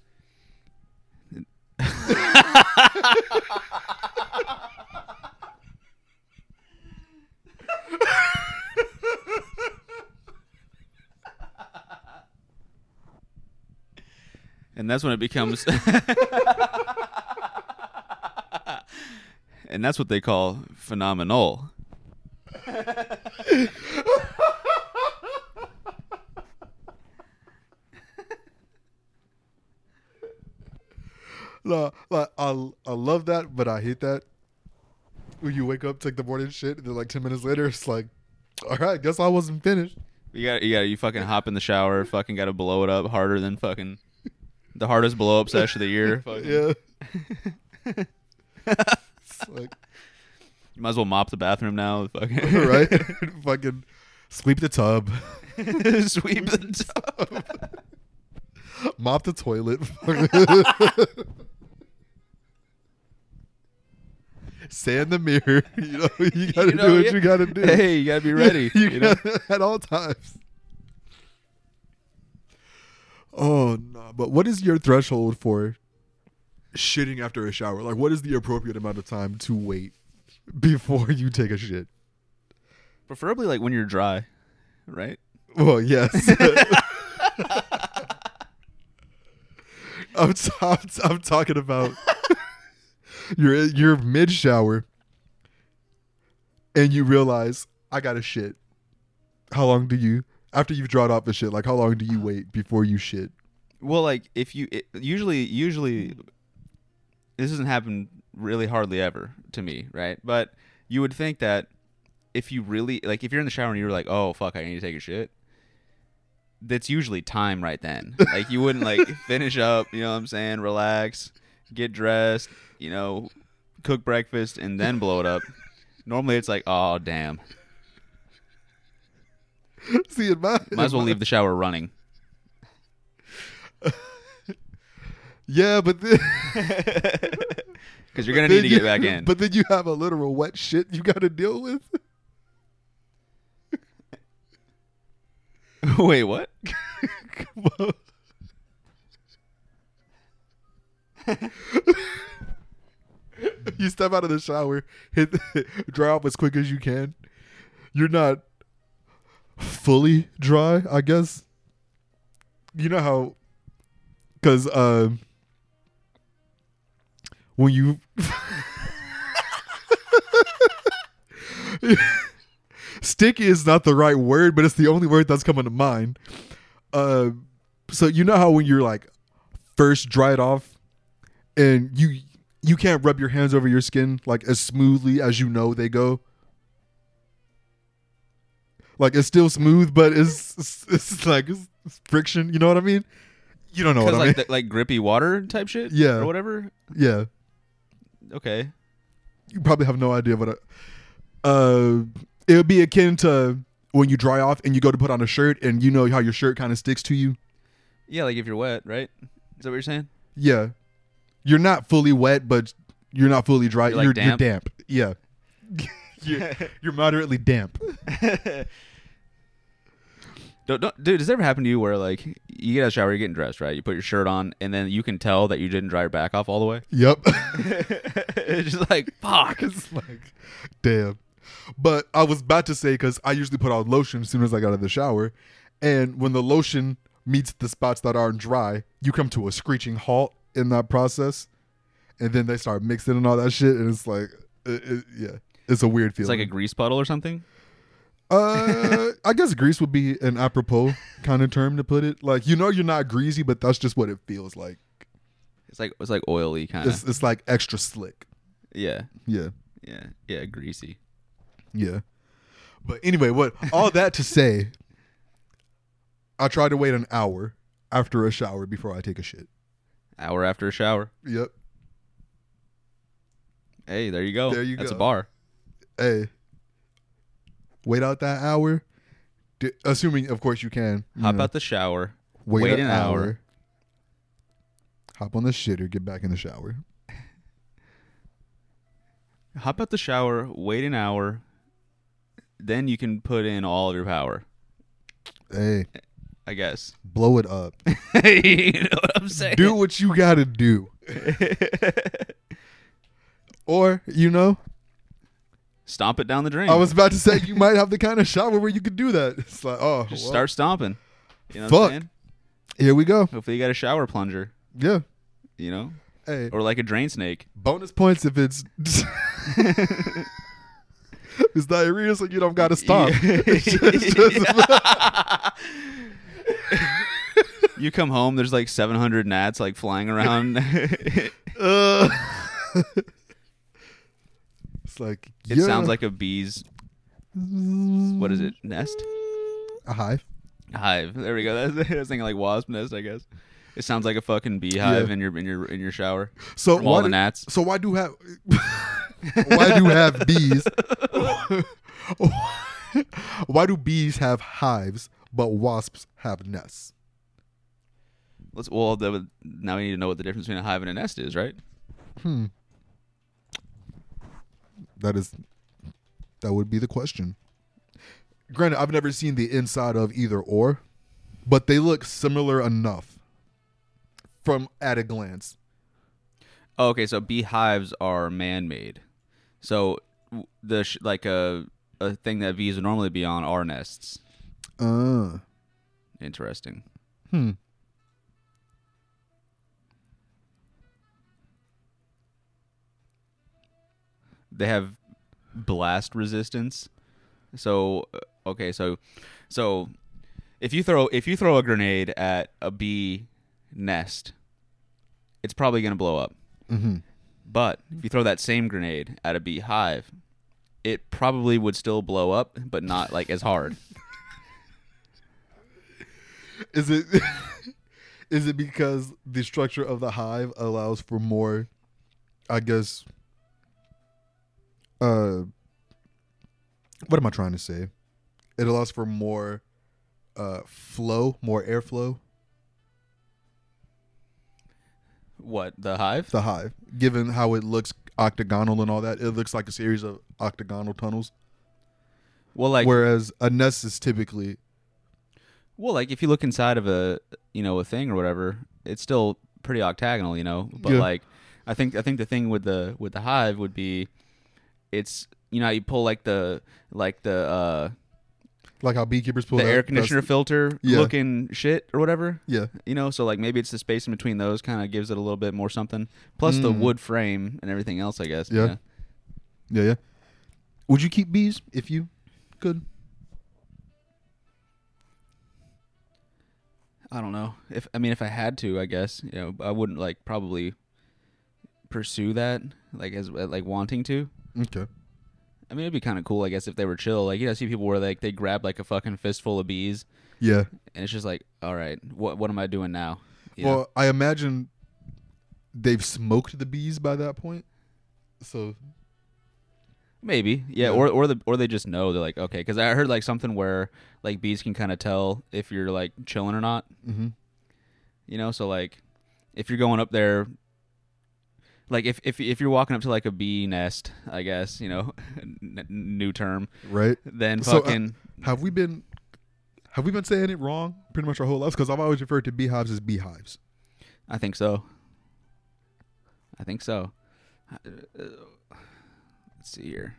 and that's when
<laughs>
it becomes. <laughs> and that's what they call phenomenal.
No, like, I, I love that, but I hate that. When you wake up, take the morning shit, and then like 10 minutes later, it's like, all right, guess I wasn't finished.
You got you got you fucking hop in the shower, fucking got to blow it up harder than fucking the hardest blow up sesh of the
<laughs>
year.
Yeah.
Fucking,
it's like,
You might as well mop the bathroom now. Fucking
<laughs> right? Fucking sweep the tub,
<laughs>
<laughs>
Sweep the <laughs> tub.
mop the toilet, <laughs> sand the mirror. <laughs> You know, you gotta
You know,
do what
yeah.
you gotta do.
<laughs> Hey, you gotta
<laughs>
be ready.
You
you know?
gotta- <laughs> at all times. Oh no! But what is your threshold for shitting after a shower? Like, what is the appropriate amount of time to wait <laughs> before you take a shit?
Preferably like when you're dry, right?
Well, yes. <laughs> I'm, t- I'm, t- I'm talking about <laughs> you're you're mid shower, and you realize I got to shit. How long do you after you've drawn off the shit? Like how long do you wait before you shit? <laughs>
Well, like if you it, usually usually this doesn't happen really hardly ever to me, right? But you would think that if you really like if you're in the shower and you're like, "Oh fuck, I need to take a shit." That's usually time right then. Like you wouldn't like finish up, you know what I'm saying, relax, get dressed, you know, cook breakfast and then blow it up. Normally it's like, "Oh damn.
See, in my
Might as well leave the shower running."
yeah, but
<laughs>
then,
Cuz you're going to need to
you-
get back in.
But then you have a literal wet shit you got to deal with.
<laughs> Wait, what?
Come on. <laughs> you step out of the shower, hit <laughs> dry off as quick as you can. You're not fully dry, I guess. You know how, because um, when you sticky is not the right word, but it's the only word that's coming to mind. Uh, so you know how when you're like first dried off, and you you can't rub your hands over your skin like as smoothly as you know they go. Like it's still smooth, but it's it's, it's like it's, it's friction. You know what I mean? You don't know what I
Because
mean?
like the, like grippy water type shit,
Yeah.
or whatever.
<laughs> yeah.
Okay,
you probably have no idea what a, uh it would be akin to when you dry off and you go to put on a shirt and you know how your shirt kind of sticks to you
yeah, like if you're wet, right? Is that what you're saying?
yeah you're not fully wet but you're not fully dry
You're, like,
you're,
damp?
you're damp yeah <laughs> you're, you're moderately damp
Don't, don't, dude, does it ever happen to you where like you get out of the shower, you're getting dressed, right? You put your shirt on, and then you can tell that you didn't dry your back off all the way.
yep <laughs>
it's just like fuck.
it's <laughs> like damn but i was about to say because i usually put on lotion as soon as i got out of the shower and when the lotion meets the spots that aren't dry you come to a screeching halt in that process and then they start mixing and all that shit and it's like it, it- yeah it's a weird
It's like
feeling
a grease puddle or something.
Uh, <laughs> I guess grease would be an apropos kind of term to put it. Like you know, you're not greasy, but that's just what it feels like.
It's like it's like oily kind
It's
of.
it's like extra slick.
Yeah,
Yeah,
yeah, yeah. Greasy.
yeah. But anyway, what all that to say, I try to wait an hour after a shower before I take a shit.
Hour after a shower.
Yep.
Hey, there you go.
There you
That's
go.
a bar.
Hey, wait out that hour. D- assuming, of course, you can. you
Hop
know,
out the shower. wait an hour.
Hop on the shitter. Get back in the shower.
Hop out the shower. Wait an hour. Then you can put in all of your power.
Hey,
I guess.
blow it up.
<laughs> you know what I'm saying?
do what you gotta do. Or, you know,
<laughs> Stomp it down the drain.
I was about to say you might have the kind of shower where you could do that. It's like, oh,
Just
well,
start stomping. You know what
Fuck.
I'm saying?
here we go.
Hopefully you got a shower plunger,
Yeah.
you know?
Hey,
Or like a drain snake.
bonus points if it's it's diarrhea, so you don't gotta
<laughs>
stop. <laughs> It's just- it's just-
You come home, there's like 700 gnats like flying around. <laughs> it
uh, it's like yeah.
sounds like a bee's, what is it, nest?
A hive.
Hive. There we go. <laughs> That's, I was thinking like wasp nest, I guess. It sounds like a fucking beehive
Yeah.
in your in your in your shower.
So
From
why
all the
do-
gnats.
So why do have <laughs> why do have bees? <laughs> why do bees have hives but wasps have nests?
Let's well the, now we need to know what the difference between a hive and a nest is, right?
That is that would be the question. Granted, I've never seen the inside of either or, but they look similar enough from at a glance.
Oh, okay, so beehives are man-made. So w- the sh- like a a thing that bees would normally be on are nests.
Uh,
Interesting.
hmm.
They have blast resistance. So uh, okay, so so if you throw if you throw a grenade at a bee nest, it's probably going to blow up.
hmm
But if you throw that same grenade at a beehive, it probably would still blow up, but not like
<laughs>
as hard.
Is it <laughs> is it because the structure of the hive allows for more I guess uh what am I trying to say? It allows for more uh flow, more airflow
What the hive?
the hive. Given how it looks octagonal and all that, it looks like a series of octagonal tunnels
Well, like
whereas a nest is typically
Well, like if you look inside of a you know a thing or whatever, it's still pretty octagonal, you know. But
Yeah.
like, I think I think the thing with the with the hive would be, it's you know how you pull like the like the uh
like how beekeepers pull
the
that-
air
that's-
conditioner filter
Yeah.
looking shit or whatever.
Yeah.
You know, so like maybe it's the space in between those kind of gives it a little bit more something. Plus the
Mm.
wood frame and everything else, I guess.
Yeah. Yeah, yeah. Would you keep bees if you could?
I don't know. If I mean, if I had to, I guess you know, I wouldn't like probably pursue that like as uh, like wanting to.
Okay.
I mean, it'd be kind of cool, I guess, if they were chill. Like, you know, see people where like they grab like a fucking fistful of bees,
Yeah.
and it's just like, all right, what what am I doing now? You know?
Well, I imagine they've smoked the bees by that point. So
maybe,
yeah.
yeah, Or or the or they just know they're like, okay, because I heard like something where like bees can kind of tell if you're like chilling or not.
mhm.
You know, so like if you're going up there, like if if if you're walking up to like a bee nest, I guess you know, <laughs> n- new term,
right.
then
So, uh,
fucking.
Have we been have we been saying it wrong pretty much our whole lives? Because I've always referred to beehives as beehives.
I think so. I think so. Uh, Let's see here.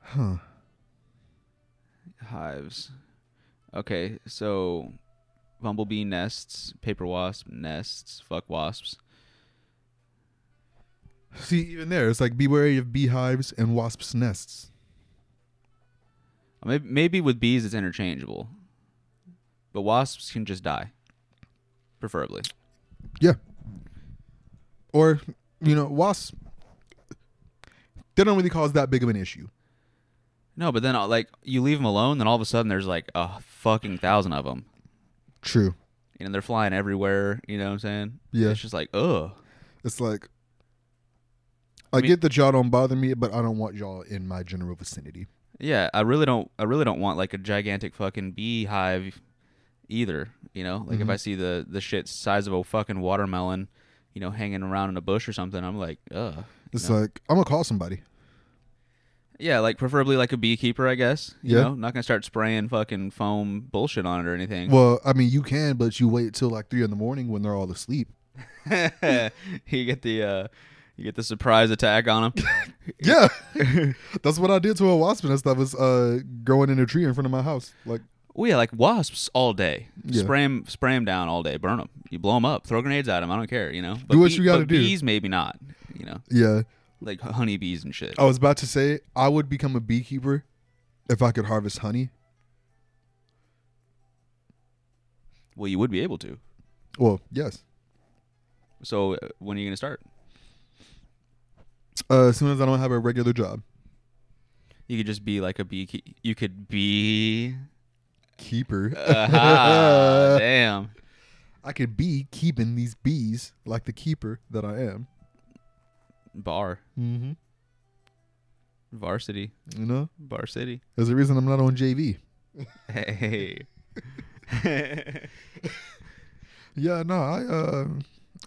Huh.
Hives. Okay, so bumblebee nests, paper wasp nests, fuck wasps.
See, even there, it's like be wary of beehives and wasps' nests.
Maybe, maybe with bees it's interchangeable, but wasps can just die, preferably.
Yeah. Or, you know, wasps, they don't really cause that big of an issue.
No, but then uh, like you leave them alone, then all of a sudden there's like a fucking thousand of them,
True.
and they're flying everywhere. You know what I'm saying?
Yeah.
It's just like ugh.
It's like, I,
mean-
get that y'all don't bother me, but I don't want y'all in my general vicinity.
Yeah, I really don't. I really don't want like a gigantic fucking beehive either. You know, like
Mm-hmm.
if I see the the shit size of a fucking watermelon, you know, hanging around in a bush or something, I'm like, ugh.
It's like, I'm going to call somebody.
Yeah, like preferably like a beekeeper, I guess. You
Yeah.
know, not gonna start spraying fucking foam bullshit on it or anything.
Well, I mean, you can, but you wait till like three in the morning when they're all asleep.
<laughs> you get the uh you get the surprise attack on him.
<laughs> Yeah, that's what I did to a wasp nest that was uh, growing in a tree in front of my house. Like,
oh yeah, like wasps all day.
Yeah.
Spray 'em Spray them, down all day. Burn them. You blow them up. Throw grenades at them. I don't care. You know. But
what you gotta
but
do.
Bees maybe not. You know,
yeah,
like honeybees and shit.
I was about to say I would become a beekeeper if I could harvest honey.
Well, you would be able to.
Well, yes.
So uh, when are you gonna start?
Uh, as soon as I don't have a regular job,
You could just be like a bee. You could be. <laughs>
keeper.
Uh-huh. Aha, damn.
<laughs> I could be keeping these bees like the keeper that I am.
Bar.
Mm-hmm.
Varsity.
You know,
Bar City.
there's a reason I'm not on JV.
Hey.
Yeah, no, I uh,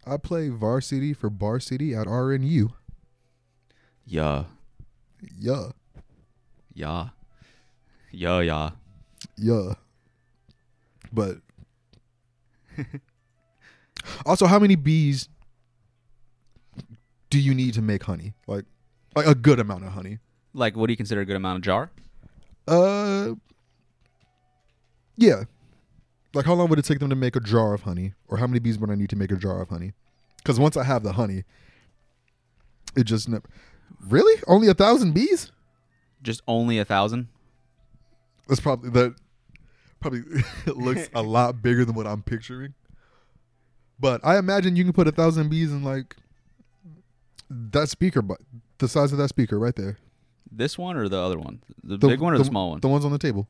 I play varsity for varsity at RNU.
<laughs> yeah.
Yeah,
Yeah. Yeah, yeah.
yeah. But also, how many bees do you need to make honey? Like, like a good amount of honey.
Like, what do you consider a good amount of jar?
Uh, yeah. Like, how long would it take them to make a jar of honey, or how many bees would I need to make a jar of honey? Because once I have the honey, it just never. Really, only a thousand bees?
Just only a thousand?
That's probably that. Probably <laughs> looks a lot bigger than what I'm picturing. But I imagine you can put a thousand bees in like that speaker, but the size of that speaker right there.
This one or the other one? The,
The-
big one or the, small one?
The ones on the table.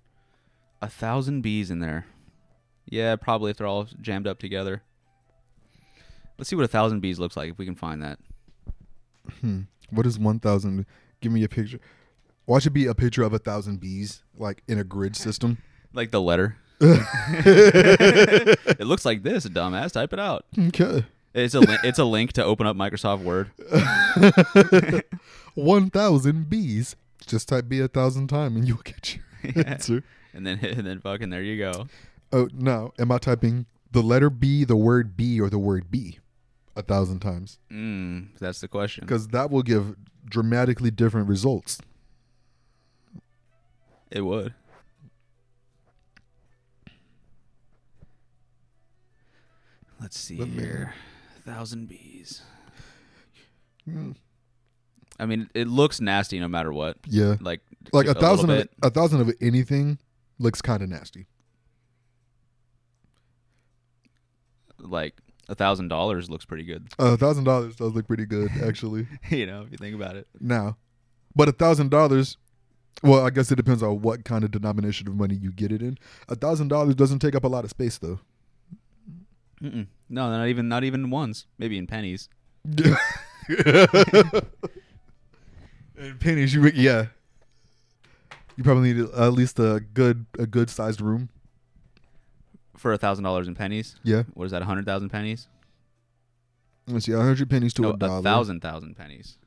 a thousand bees in there. Yeah, probably if they're all jammed up together. Let's see what a thousand bees looks like if we can find that.
Hmm. What is one thousand? Give me a picture. Why should be a picture of a thousand bees, like in a grid system?
Like the <laughs> letter. it looks like this, dumbass. Type it out. <laughs>
Okay,
It's a li- it's a link to open up Microsoft Word.
one thousand bees. Just type "bee" a thousand times and you'll get
<laughs>
your answer.
And then <laughs> and then fucking there you go.
Oh no, am I typing the letter B, the word B, or the word B a thousand times?
Mm, that's the question.
Because that will give dramatically different results.
It would. Let's see
Let me-
here. Thousand bees.
Mm.
I mean, it looks nasty no matter what.
Yeah,
Like
like a
little
thousand of
bit.
a thousand of anything looks kind of nasty.
like a thousand dollars looks
<laughs>
pretty good.
A thousand dollars does look pretty
<laughs>
good, actually.
you know, if you think about it.
now. But a thousand dollars, well, I guess it depends on what kind of denomination of money you get it in. A thousand dollars doesn't take up a lot of space, <laughs> though.
Mm-mm. No, not even not even ones. Maybe in pennies.
and pennies, you yeah, you probably need at least a good a good sized room.
For a thousand dollars in pennies.
Yeah,
What is that? A hundred thousand pennies?
let's see, hundred pennies to
No,
a
a
dollar.
thousand thousand pennies.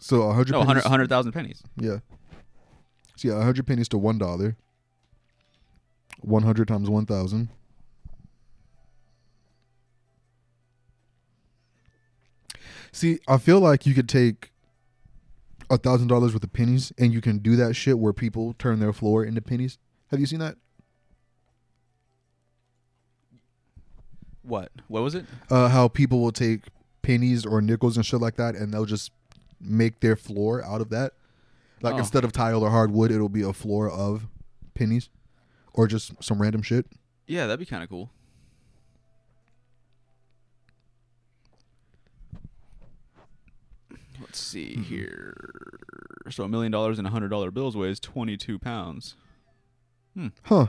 So a hundred.
No,
pennies,
a hundred a hundred thousand pennies.
Yeah. So yeah, hundred pennies to one dollar. One hundred times one thousand. See, I feel like you could take a thousand dollars worth of pennies, and you can do that shit where people turn their floor into pennies. Have you seen that?
What? What was it?
Uh, how people will take pennies or nickels and shit like that, and they'll just make their floor out of that. Like
Oh.
instead of tile or hardwood, it'll be a floor of pennies or just some random shit.
Yeah, that'd be kind of cool. Let's see
Mm-hmm.
here. So a million dollars in a hundred dollar bills weighs twenty two pounds.
Huh.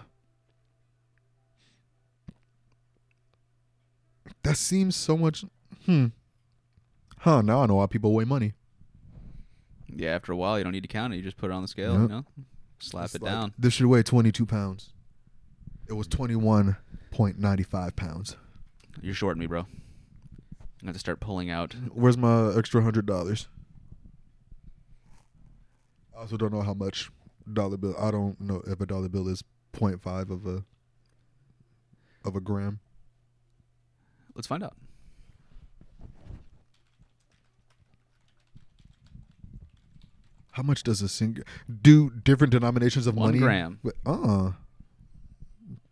That seems so much. Hmm. Huh. Now I know why people weigh money.
Yeah, after a while you don't need to count it. You just put it on the scale, you
Yep.
know, slap
It's
it
like,
down.
This should weigh 22 pounds. It was 21.95 pounds.
You're shorting me, bro. I'm gonna have to start pulling out.
Where's my extra hundred dollars? I also don't know how much dollar bill. I don't know if a dollar bill is 0.5 of a of a gram.
Let's find out.
How much does a single do different denominations of
One
money?
gram.
Uh.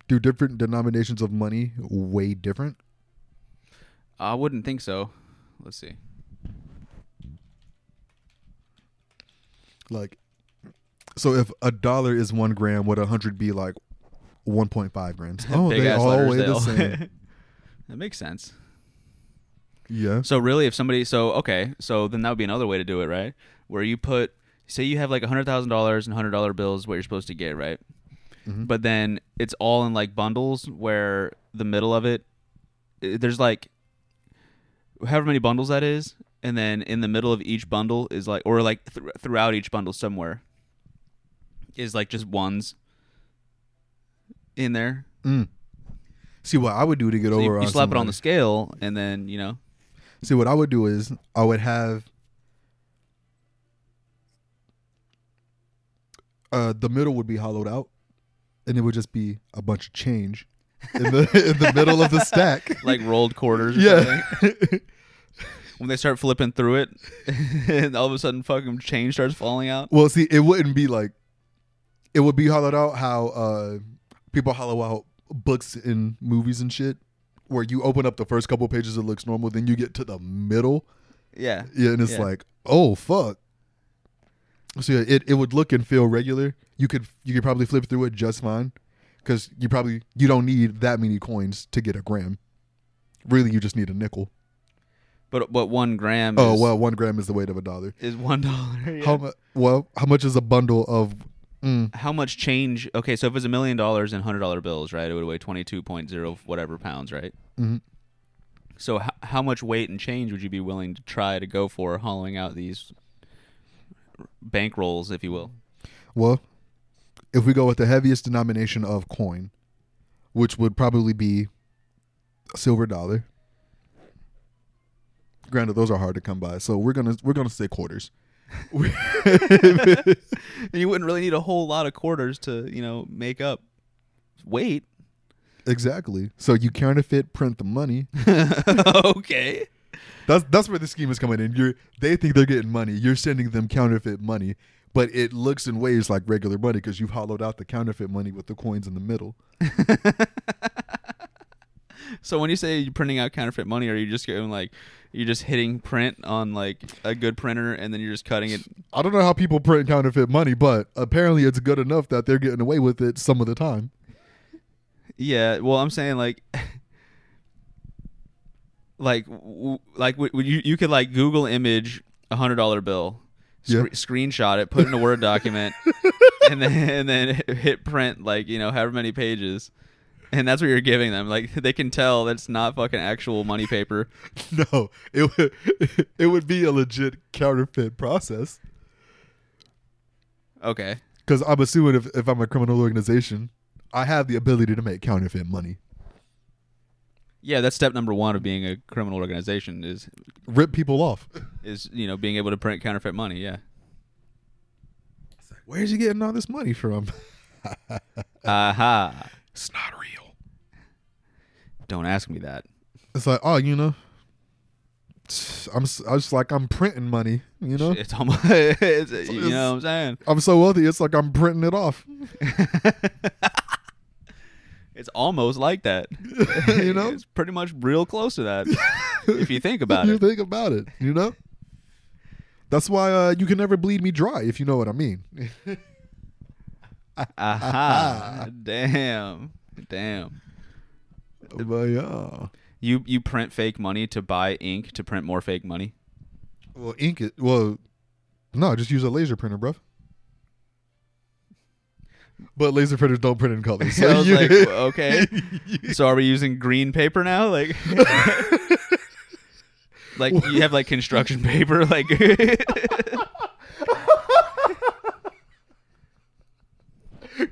Do different denominations of money weigh different?
I wouldn't think so. Let's see.
Like, so if a dollar is one gram, would a hundred be like 1.5
<laughs>
grams? Oh,
Big
they
ass
all
letters,
weigh
they
the
all- <laughs>
same.
that makes sense.
yeah.
So really, if somebody, so okay, so then that would be another way to do it, right? Where you put, say, you have like hundred thousand dollars and hundred dollar bills, what you're supposed to get, right?
Mhm.
But then it's all in like bundles, where the middle of it, i- there's like, however many bundles that is, and then in the middle of each bundle is like, or like thr throughout each bundle somewhere, is like just ones in there.
Mm. See what I would do to get
So
over.
you, you
on
slap it on
somebody-
the scale, and then you know,
See, what I would do is I would have uh, the middle would be hollowed out, and it would just be a bunch of change in the <laughs> in the middle of the stack.
like rolled quarters. Or something.
yeah, <laughs>
when they start flipping through it, <laughs> and all of a sudden fucking change starts falling out.
Well, see, it wouldn't be like it would be hollowed out how uh people hollow out books and movies and shit. Where you open up the first couple pages, it looks normal. Then you get to the middle,
Yeah.
yeah, and it's
Yeah.
like, oh fuck. So yeah, it, it would look and feel regular. You could you could probably flip through it just fine, because you probably you don't need that many coins to get a gram. Really, you just need a nickel.
But but one gram
Oh
is,
well, one gram is the weight of a dollar.
is one dollar. Yeah.
How mu- well how much is a bundle of? Mm,
How much change? Okay, so if it's a million dollars in hundred dollar bills, right, it would weigh twenty two point zero whatever pounds, right?
Mhm.
So h- how much weight and change would you be willing to try to go for hollowing out these bank rolls, if you will?
Well, if we go with the heaviest denomination of coin, which would probably be a silver dollar. Granted, those are hard to come by, so we're gonna we're gonna say quarters.
And you wouldn't really need a whole lot of quarters to you know make up weight.
Exactly. So you counterfeit, print the <laughs> money.
okay.
That's that's where the scheme is coming in. You're they think they're getting money. You're sending them counterfeit money, but it looks and waves like regular money because you've hollowed out the counterfeit money with the coins in the middle.
So when you say you're printing out counterfeit money, are you just going like you're just hitting print on like a good printer and then you're just cutting it?
I don't know how people print counterfeit money, but apparently it's good enough that they're getting away with it some of the time. <laughs>
Yeah. Well, I'm saying like, <laughs> like, w- like w- w- you you could like Google image a hundred dollar bill,
Yeah.
scre- screenshot it, put it in a Word document, and then and then <laughs> hit print like you know however many pages. And that's what you're giving them. Like they can tell that's not fucking actual money paper.
No, it would <laughs> it would be a legit counterfeit process
Okay.
because I'm assuming if, if I'm a criminal organization, I have the ability to make counterfeit money.
Yeah, that's step number one of being a criminal organization is
Rip people off.
is you know being able to print counterfeit money. Yeah,
Where's he getting all this money from? <laughs>
aha!
It's not real.
Don't ask me that.
It's like, oh, you know, I'm s- I just like I'm printing money. You know,
It's almost <laughs> it's, you know what I'm
I'm so wealthy. It's like I'm printing it off.
saying. it's almost like that.
<laughs> You know?
it's
<laughs>
pretty much real close to that if you think about
you
it.
think about it, you know? That's why uh, you can never bleed me dry, if you know what I
<laughs>
mean. <laughs>
Aha. Damn. Damn.
but yeah.
You you print fake money to buy ink to print more
<laughs>
fake money.
Well, ink it. Well, no, just use a laser printer, bruv. But laser printers don't print in colors.
So <laughs> I was
you- <laughs>
like, "Well, okay. So are we using green paper now?
<laughs>
Like Like you have like
<laughs>
construction paper <laughs> like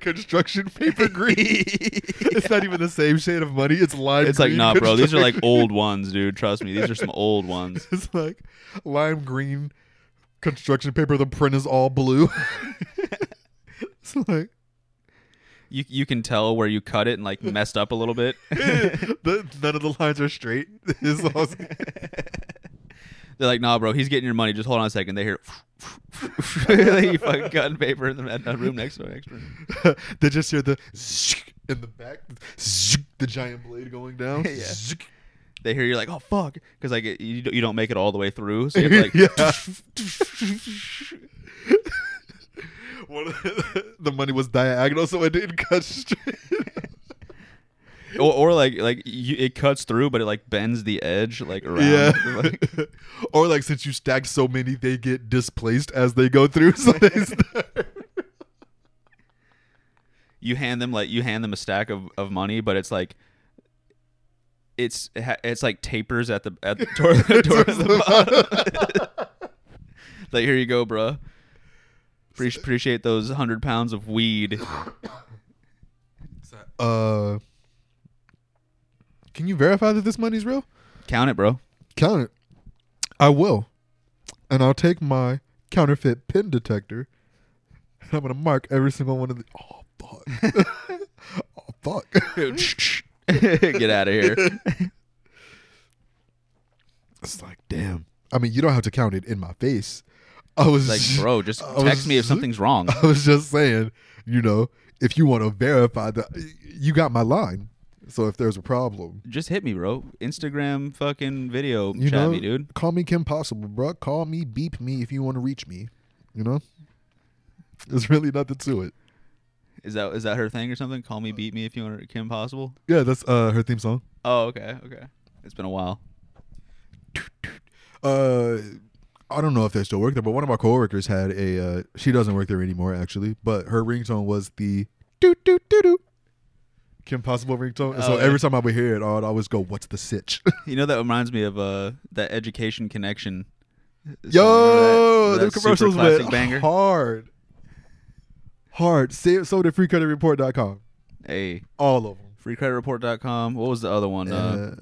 construction paper
<laughs>
green. it's not even the same shade of money. It's lime.
It's like,
green
nah, bro. These are like
construction-
old ones, dude. Trust me. These are some old ones.
<laughs> It's like lime green construction paper. The print is all blue. <laughs> it's like <laughs>
You you can tell where you cut it and like messed up a little bit.
<laughs> the, none of the lines are straight. <laughs> It's all-
They're like, nah, bro. He's getting your money. Just hold on a second. They hear. <laughs> you fucking cut paper in the, in the room next door. Next room.
they just hear the zzzk in the back, zzzk, the giant blade going down.
<laughs> Yeah.
Zzzk.
They hear you're like, oh fuck, because like it- you, don't- you don't make it all the way through. So you have to, like,
<laughs> Yeah. <laughs> One of <laughs> the, the money was diagonal, so it didn't cut <laughs> straight.
or, or like like you, it cuts through, but it like bends the edge like around.
Yeah.
<laughs> Like,
or <laughs> like since you stack so many, they get displaced as they go through. <laughs> So they start.
you hand them like you hand them a stack of, of money, but it's like it's it ha- it's like tapers at the
<laughs>
at the toward, toward
Towards
the
the
bottom. <laughs> like here you go, bruh. Pre- appreciate those hundred pounds of weed.
uh, can you verify that this money's real?
Count it, bro.
Count it. I will. And I'll take my counterfeit pin detector and I'm going to mark every single one of the. Oh, <laughs> fuck. oh, fuck.
<laughs> Get out of here.
It's like, damn. I mean, you don't have to count it in my face. I was
Like, bro, just
I was-
text me if something's wrong.
<laughs> I was just saying, you know, if you want to verify that, you got my line. So if there's a problem,
Just hit me, bro. Instagram fucking video
you
chat
know,
me, dude.
call me Kim Possible, bro. Call me, beep me if you want to reach me. You know, there's really nothing to it.
Is that is that her thing or something? Call me, beat me if you want, Kim Possible.
Yeah, that's uh, her theme song.
Oh, okay, okay. It's been a while.
Uh, I don't know if they still work there, but one of our coworkers had a. Uh, she doesn't work there anymore, actually, but her ringtone was the doo doo doo doo. Kim Possible ringtone. And so
Oh, yeah.
every time I would hear it, I'd always go, "What's the sitch?" <laughs>
You know that reminds me of uh that education connection. song.
Yo,
Remember
the
that- that
commercials
super classic
went
banger.
hard. Hard. Save so did freecreditreport.com.
Hey,
All of them.
freecreditreport.com. What was the other one? Uh,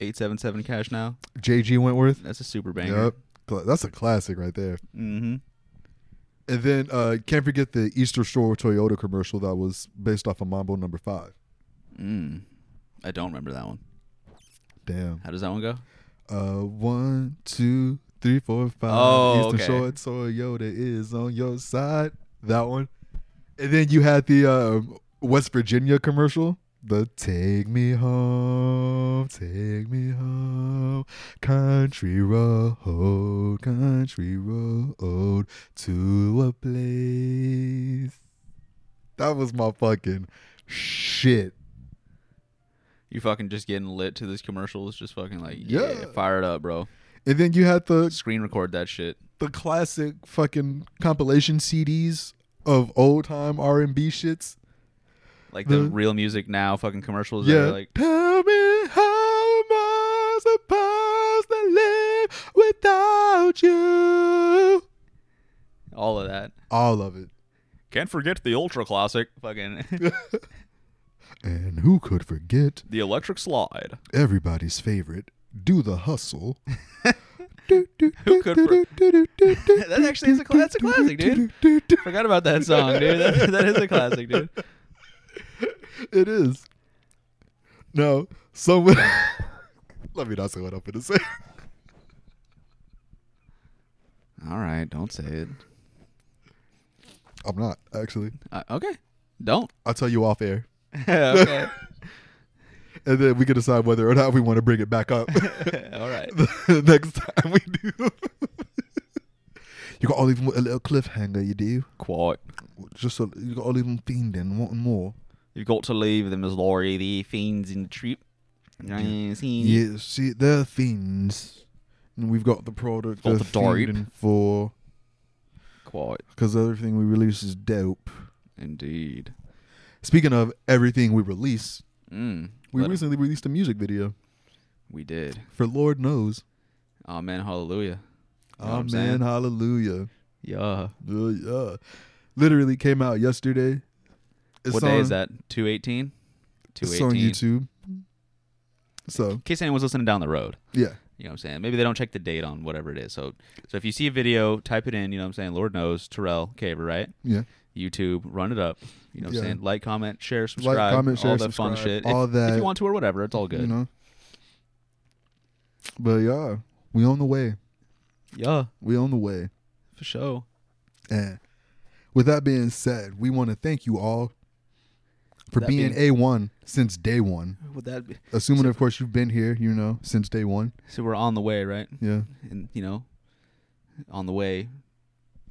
eight seven seven cash now.
JG Wentworth.
That's a super banger.
Yep. Cla- That's a classic right there.
Mm-hmm.
And then uh can't forget the Easter Shore Toyota commercial that was based off of Mambo number 5.
Mm. I don't remember that one.
Damn.
How does that one go?
Uh one, two, three, four, five.
Oh,
Easter
okay.
Shore Toyota is on your side. That one. And then you had the um, West Virginia commercial. The take me home, take me home, country road, country road to a place. That was my fucking shit.
You fucking just getting lit to this commercial. It's just fucking like yeah,
Yeah.
fire it up, bro.
And then you had the
Screen record that shit.
the classic fucking compilation CDs of old time R and B shits.
Like the
The-
real music now fucking commercials. that
Yeah.
are like
Tell me how am I supposed to live without you?
all of that.
All of it.
Can't forget the ultra classic.
<laughs>
Fucking <laughs>
And who could forget
the electric slide.
everybody's favorite? Do the hustle.
<laughs> Who
<laughs>
could for- <laughs> That actually is a cla- that's a classic, dude. <laughs> Forgot about that song, dude. That, <laughs> that is a classic, dude.
It is. No, someone. <laughs> Let me not say what I'm going to say.
All right, don't say it.
I'm not actually.
Uh, okay,
<laughs>
don't. <laughs>
I'll tell you off air, <laughs>
okay.
and then we can decide whether or <laughs> not we want to bring it back up
All right.
next time we do. <laughs> You got to leave them with a little cliffhanger. You do
Quite.
just so you got to leave them fiending, wanting more.
You've got to leave them as Laurie the fiends in the trip. Yes, he-
Yeah, see, they're fiends, and we've got the product
For
they're
the dope.
fiending for
Quite
because everything we release is dope.
indeed.
Speaking of everything we release,
Mm,
we
let it-
recently released a music video
we did.
for Lord Knows.
Amen. Hallelujah. You know what I'm saying?
Amen. Hallelujah.
Yeah.
Uh, yeah. Literally came out yesterday. It's
what day is
on-
that? Two eighteen. Two
It's on
eighteen. In
YouTube. So
case anyone's listening down the road.
yeah,
You know what I'm saying? Maybe they don't check the date on whatever it is. So so if you see a video, type it in, you know what I'm saying? Lord knows, Terrell Caver, right?
yeah.
YouTube, run it up. You know what I'm
Yeah.
saying? Like, comment, share, subscribe,
comment, share,
all that fun
subscribe,
shit.
all
if, if
that,
you want to or whatever, it's all good.
You know. But yeah, we on the way.
Yeah,
We on the way.
for sure.
And with that being said, we want to thank you all for
That
being a one since day one.
Would that be?
Assuming, of course, you've been here, you know, since day one.
So we're on the way, right?
Yeah,
And you know, on the way.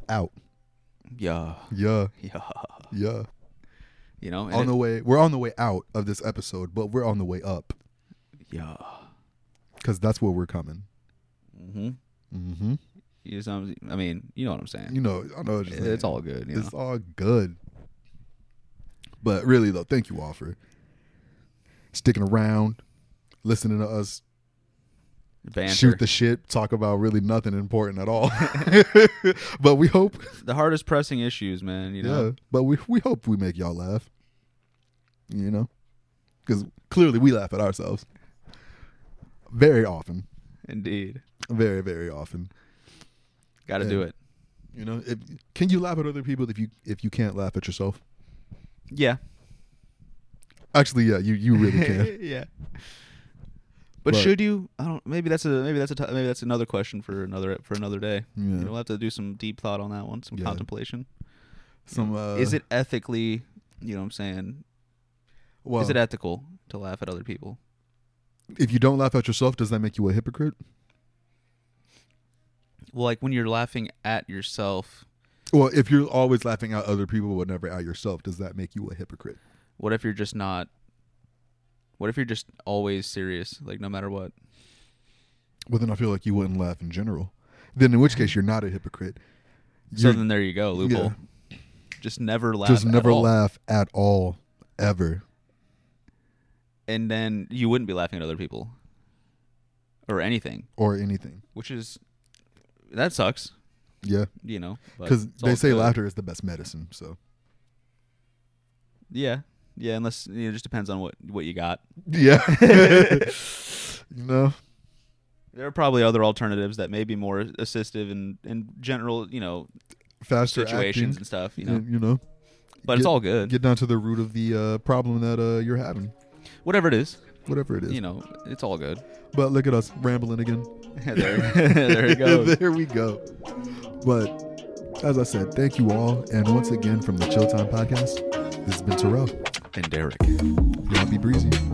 out.
Yeah, <laughs>
Yeah,
yeah.
yeah.
You know, and
on
it-
the way, we're on the way out of this episode, but we're on the way up
yeah.
because that's where we're coming.
Mm-hmm.
Mm-hmm.
You just, I mean, you know what I'm saying?
You know, I know. It's, just
It's
like,
all good. You know?
It's all good. But really, though, thank you all for sticking around, listening to us
Banter.
shoot the shit, talk about really nothing important at all. but we hope,
<laughs> the hardest pressing issues, man. You know,
yeah. But we we hope we make y'all laugh. You know, because clearly we laugh at ourselves very often,
indeed.
very very often.
Got to
Yeah.
do it.
You know, if, can you laugh at other people if you if you can't laugh at yourself?
Yeah.
Actually, yeah, you you really
<laughs>
can.
yeah. But,
But-
should you? I don't. Maybe that's a maybe that's a t- maybe that's another question for another for another day.
Yeah.
We'll have to do some deep thought on that one, some
Yeah.
contemplation.
Some uh,
is it ethically? You know what I'm saying?
well,
is it ethical to laugh at other people?
if you don't laugh at yourself, does that make you a hypocrite?
Well, like when you're laughing at yourself,
Well, if you're always laughing at other people but never at yourself, does that make you a hypocrite?
what if you're just not? What if you're just always serious, like no matter what?
Well, then I feel like you wouldn't laugh in general. Then, in which case, you're not a hypocrite.
So
You're-
then there you go, loophole. Just never laugh.
just
at
never
all.
laugh at all, ever.
and then you wouldn't be laughing at other people or anything,
Or anything,
which is that sucks.
yeah,
You know, but
because
it's
they
all
say
good.
laughter is the best medicine.
<laughs>
So,
Yeah, yeah. Unless you know, it just depends on what what you got.
yeah, <laughs> you know,
There are probably other alternatives that may be more assistive and and general, you know,
faster acting,
situations and stuff. You know,
and, you know,
but it's
get-
all good.
get down to the root of the uh, problem that uh, you're having,
Whatever it is,
whatever it is.
you know, it's all good. <laughs>
But look at us rambling again. <laughs>
there, <laughs> there it goes.
there we go. But as I said, thank you all. And once again, from the Chill Time Podcast, this has been Terrell.
And Derek.
Y'all be breezy.